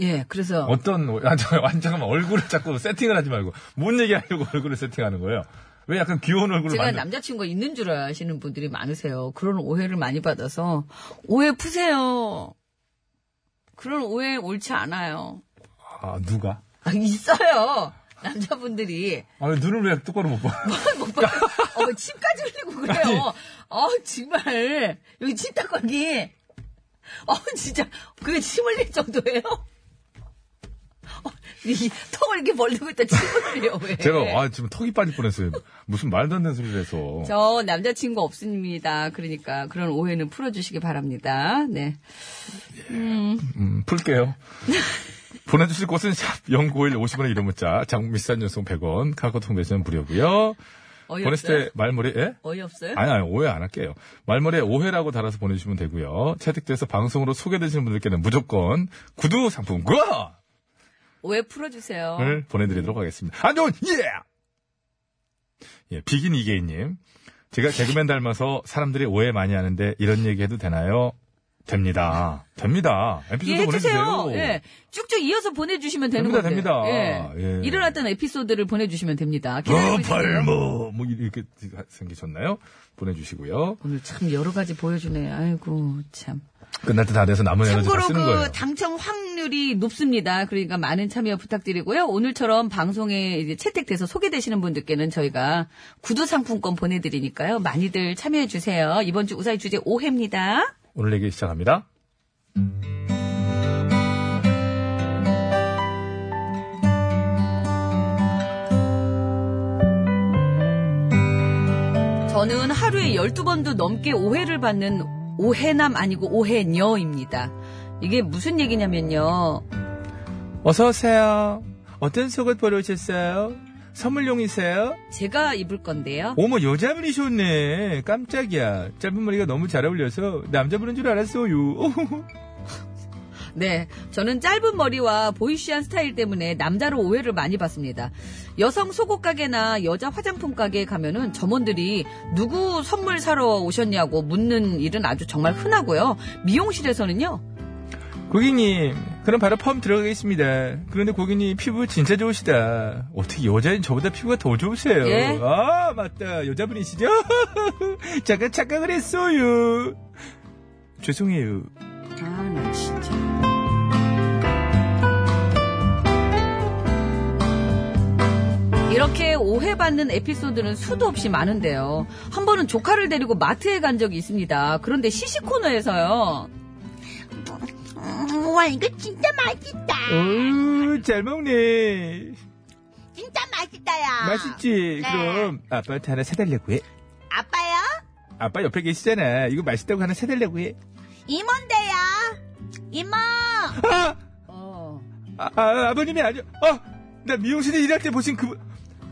B: 예, 그래서
A: 어떤, 오해- 아, 저, 아니, 잠깐만, 얼굴을 자꾸 세팅을 하지 말고, 뭔 얘기하려고 얼굴을 세팅하는 거예요? 왜 약간 귀여운 얼굴을
B: 제가
A: 만들
B: 남자친구가 있는 줄 아시는 분들이 많으세요. 그런 오해를 많이 받아서 오해 푸세요. 그런 오해 옳지 않아요.
A: 아, 누가?
B: 아, 있어요. 남자분들이
A: 아, 왜 눈을 왜 똑바로 못 봐?
B: 못 봐요. 어, 침까지 흘리고 그래요. 어, 정말 여기 침딱거기. 어, 진짜 그게 침 흘릴 정도예요? 어, 이 턱을 이렇게 벌리고 있다 침 흘려요. 왜?
A: 제가, 아, 지금 턱이 빠질 뻔했어요. 무슨 말도 안 되는 소리를 해서.
B: 저 남자친구 없습니다. 그러니까 그런 오해는 풀어주시기 바랍니다. 네.
A: 음, 풀게요. 보내주실 곳은 샵 0951 50원의 이름 문자, 장미산 연속 100원, 카카오톡 메시지는 무료고요 보냈을
B: 어이없어요?
A: 때 말머리, 예?
B: 어이없어요?
A: 아니, 아니, 오해 안 할게요. 말머리에 오해라고 달아서 보내주시면 되고요. 채택돼서 방송으로 소개되시는 분들께는 무조건 구두 상품 구원을
B: 오해
A: 네.
B: 풀어주세요.
A: 보내드리도록 하겠습니다. 안녕, 예! 예, 비긴 이계인님. 제가 개그맨 닮아서 사람들이 오해 많이 하는데 이런 얘기 해도 되나요? 됩니다. 됩니다. 에피소드
B: 예, 해주세요.
A: 보내주세요.
B: 예. 쭉쭉 이어서 보내주시면 되는
A: 됩니다,
B: 건데.
A: 됩니다.
B: 예.
A: 예.
B: 일어났던 에피소드를 보내주시면 됩니다. 기다리고
A: 어,
B: 있을게요.
A: 발모! 뭐, 이렇게 생기셨나요? 보내주시고요.
B: 오늘 참 여러 가지 보여주네. 아이고, 참.
A: 끝날 때 다 돼서 남은 에너지 네, 다
B: 참고로
A: 쓰는 거예요.
B: 그 당첨 확률이 높습니다. 그러니까 많은 참여 부탁드리고요. 오늘처럼 방송에 이제 채택돼서 소개되시는 분들께는 저희가 구두 상품권 보내드리니까요. 많이들 참여해주세요. 이번 주 우사의 주제 5회입니다.
A: 오늘 얘기 시작합니다.
B: 저는 하루에 12번도 넘게 오해를 받는 오해남 아니고 오해녀입니다. 이게 무슨 얘기냐면요.
D: 어서오세요. 어떤 속옷 보러 오셨어요? 선물용이세요?
B: 제가 입을 건데요.
D: 어머, 여자분이셨네. 깜짝이야. 짧은 머리가 너무 잘 어울려서 남자분인 줄 알았어요.
B: 네. 저는 짧은 머리와 보이시한 스타일 때문에 남자로 오해를 많이 받습니다. 여성 속옷 가게나 여자 화장품 가게에 가면은 점원들이 누구 선물 사러 오셨냐고 묻는 일은 아주 정말 흔하고요. 미용실에서는요.
C: 고객님, 그럼 바로 펌 들어가겠습니다. 그런데 고객님 피부 진짜 좋으시다. 어떻게 여자인 저보다 피부가 더 좋으세요?
B: 예?
C: 아, 맞다. 여자분이시죠? 잠깐 착각을 했어요. 죄송해요.
B: 아, 나 진짜. 이렇게 오해받는 에피소드는 수도 없이 많은데요. 한 번은 조카를 데리고 마트에 간 적이 있습니다. 그런데 시식 코너에서요.
J: 와 이거 진짜 맛있다
C: 오, 음, 잘 먹네.
J: 진짜
B: 아,
J: 맛있다야
B: 네.
C: 맛있지? 그럼 아빠한테 하나 사달라고 해.
J: 아빠요?
C: 아빠 옆에 계시잖아. 이거 맛있다고 하나 사달라고 해.
J: 이모인데요 이모
C: 아!
B: 어.
C: 아, 아 아버님이 아니요. 아, 나 미용실에 일할 때 보신 그분.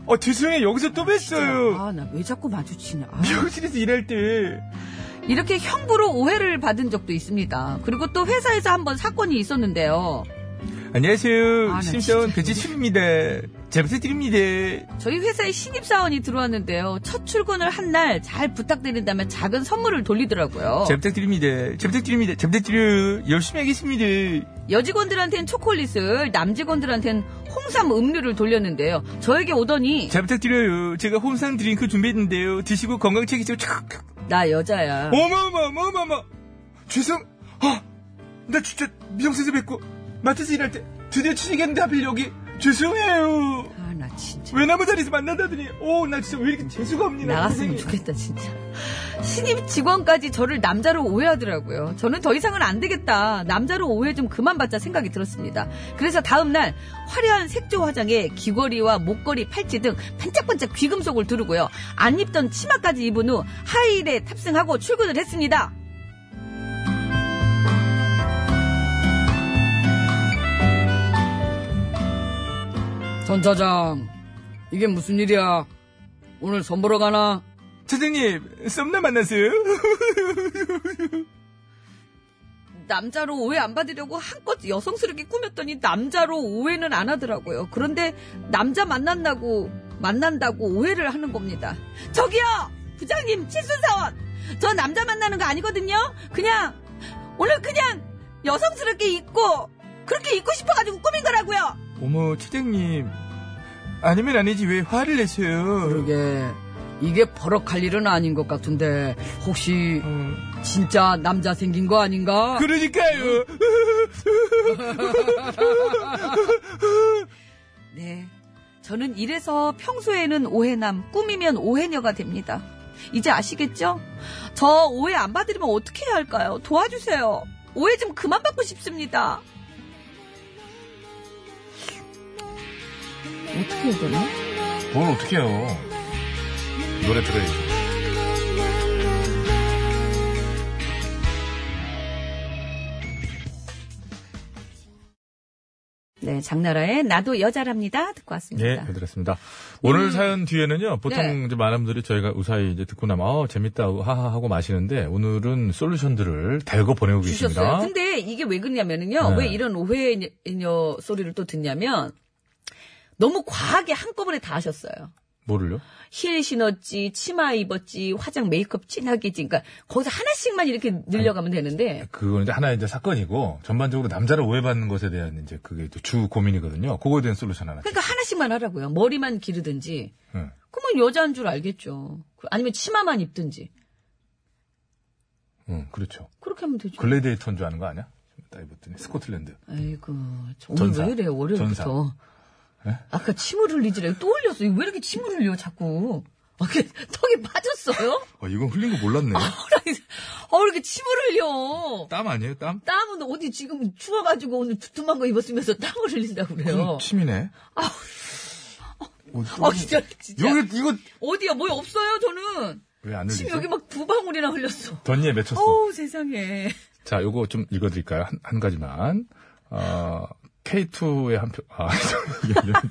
C: 어, 죄송해요. 여기서 또 뵀어요.
B: 아, 나 왜 자꾸 마주치냐. 아.
C: 미용실에서 일할 때.
B: 이렇게 형부로 오해를 받은 적도 있습니다. 그리고 또 회사에서 한 번 사건이 있었는데요.
C: 안녕하세요.
B: 아, 나
C: 심사원
B: 진짜.
C: 배지춤입니다. 잘 부탁드립니다.
B: 저희 회사에 신입사원이 들어왔는데요. 첫 출근을 한 날 잘 부탁드린다면 작은 선물을 돌리더라고요.
C: 잘 부탁드립니다. 잘 부탁드립니다. 잘 부탁드려요. 열심히 하겠습니다.
B: 여직원들한텐 초콜릿을, 남직원들한텐 홍삼 음료를 돌렸는데요. 저에게 오더니,
C: 잘 부탁드려요. 제가 홈상 드링크 준비했는데요. 드시고 건강 챙기시고 착.
B: 나 여자야.
C: 어? 어마어마어마어마. 죄송. 아, 나 진짜 미용실에서 뵙고 마트에서 일할 때 드디어 취직했는데 하필 여기. 죄송해요.
B: 아, 나 진짜.
C: 외나무 자리에서 만난다더니 오 나 진짜 왜 이렇게 재수가 없니 나
B: 나갔으면
C: 세상에.
B: 좋겠다, 진짜. 신입 직원까지 저를 남자로 오해하더라고요. 저는 더 이상은 안 되겠다. 남자로 오해 좀 그만 받자 생각이 들었습니다. 그래서 다음날 화려한 색조 화장에 귀걸이와 목걸이, 팔찌 등 반짝반짝 귀금속을 두르고요. 안 입던 치마까지 입은 후 하이힐에 탑승하고 출근을 했습니다. 전 차장, 이게 무슨 일이야? 오늘 선보러 가나?
C: 사장님 썸남 만났어요?
B: 남자로 오해 안 받으려고 한껏 여성스럽게 꾸몄더니 남자로 오해는 안 하더라고요. 그런데 남자 만난다고 만난다고 오해를 하는 겁니다. 저기요 부장님 칠순사원 저 남자 만나는 거 아니거든요. 그냥 오늘 그냥 여성스럽게 입고 그렇게 입고 싶어가지고 꾸민 거라고요.
C: 어머 차장님 아니면 아니지 왜 화를 내세요?
B: 그러게 이게 버럭할 일은 아닌 것 같은데 혹시
C: 어,
B: 진짜 남자 생긴 거 아닌가?
C: 그러니까요
B: 네. 저는 이래서 평소에는 오해남, 꾸미면 오해녀가 됩니다. 이제 아시겠죠? 저 오해 안 받으려면 어떻게 해야 할까요? 도와주세요. 오해 좀 그만 받고 싶습니다. 어떻게 해야 되나?
A: 뭘 어떻게 해요. 노래 들어야죠.
B: 네, 장나라의 나도 여자랍니다. 듣고
A: 예,
B: 왔습니다. 음.
A: 잘 들었습니다. 오늘 사연 뒤에는요, 보통
B: 네.
A: 이제 많은 분들이 저희가 우사히 이제 듣고 나면, 어, 재밌다, 고 하하하고 마시는데, 오늘은 솔루션들을 대거 보내고
B: 주셨어요.
A: 계십니다.
B: 근데 이게 왜 그러냐면은요.
A: 네.
B: 왜 이런 오해녀 소리를 또 듣냐면 너무 과하게 한꺼번에 다 하셨어요.
A: 뭐를요?
B: 힐 신었지, 치마 입었지, 화장 메이크업 진하게 지 그러니까 거기서 하나씩만 이렇게 늘려가면 되는데.
A: 그건 이제 하나의 이제 사건이고, 전반적으로 남자를 오해받는 것에 대한 이제 그게 이제 주 고민이거든요. 그거에 대한 솔루션 하나.
B: 그러니까 하나씩만 하라고요. 머리만 기르든지.
A: 네.
B: 그러면 여자인 줄 알겠죠. 그- 아니면 치마만 입든지.
A: 응, 그렇죠.
B: 그렇게 하면 되죠.
A: 글래디에이터인 뭐, 줄 아는 거 아니야? 딱 입었더니, 스코틀랜드.
B: 아이고, 저 오늘
A: 전사. 예?
B: 왜 이래, 월요일부터. 아까 침을 흘리지래. 또 흘렸어. 이거 왜 이렇게 침을 흘려, 자꾸. 아, 이게 턱이 빠졌어요?
A: 아, 이건 흘린 거 몰랐네.
B: 어, 이렇게 침을 흘려.
A: 땀 아니에요, 땀?
B: 땀은 어디 지금 추워가지고 오늘 두툼한 거 입었으면서 땀을 흘린다고 그래요. 아,
A: 그건 침이네.
B: 어, 진짜, 진짜.
A: 여기, 이거.
B: 어디야? 뭐 없어요, 저는.
A: 왜 안 흘리지?
B: 지금 여기 막 두 방울이나 흘렸어.
A: 던니에 맺혔어.
B: 어우, 세상에.
A: 자, 요거 좀 읽어드릴까요? 한, 한 가지만. 어, K2의 한 표, 아,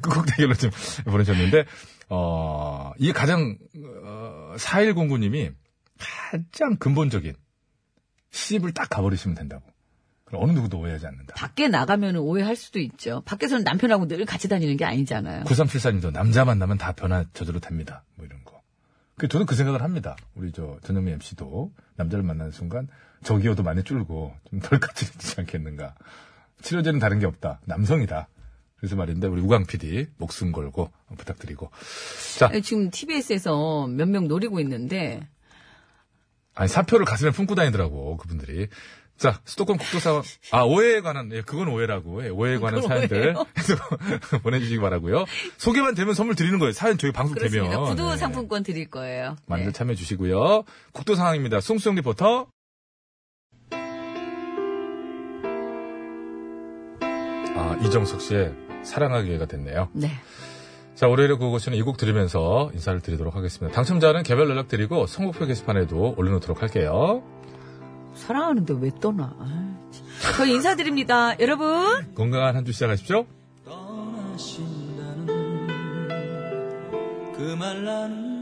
A: 꾹꾹 대결로 좀 보내셨는데, 어, 이게 가장, 어, 4109님이 가장 근본적인 시집을 딱 가버리시면 된다고. 어느 누구도 오해하지 않는다.
B: 밖에 나가면 오해할 수도 있죠. 밖에서는 남편하고 늘 같이 다니는 게 아니잖아요.
A: 9374님도 남자 만나면 다 변화 저절로 됩니다. 뭐 이런 거. 그 저도 그 생각을 합니다. 우리 저 전현미 MC도 남자를 만나는 순간 저기요도 많이 줄고 좀 덜 까칠해지지 않겠는가. 치료제는 다른 게 없다. 남성이다. 그래서 말인데 우리 우광 PD 목숨 걸고 부탁드리고. 자,
B: 아니, 네, 지금 TBS에서 몇 명 노리고 있는데
A: 아니 사표를 가슴에 품고 다니더라고 그분들이. 자, 수도권 국도사와 아 오해에 관한 예, 그건 오해라고 예, 오해에 관한
B: 그건
A: 사연들
B: 오해예요?
A: 보내주시기 바라고요. 소개만 되면 선물 드리는 거예요. 사연 저희 방송
B: 그렇습니다. 네.
A: 되면
B: 구두
A: 예.
B: 상품권 드릴 거예요.
A: 많이들
B: 네.
A: 참여해 주시고요. 국도 상황입니다. 송수영 리포터. 아, 이정석 씨의 사랑하기가 됐네요.
B: 네.
A: 자, 월요일에 그곳은 이 곡 들으면서 인사를 드리도록 하겠습니다. 당첨자는 개별 연락 드리고 선곡표 게시판에도 올려놓도록 할게요.
B: 사랑하는데 왜 떠나? 아, 참. 저희 인사드립니다. 여러분.
A: 건강한 한 주 시작하십시오.
K: 떠나신다는 그 말 나는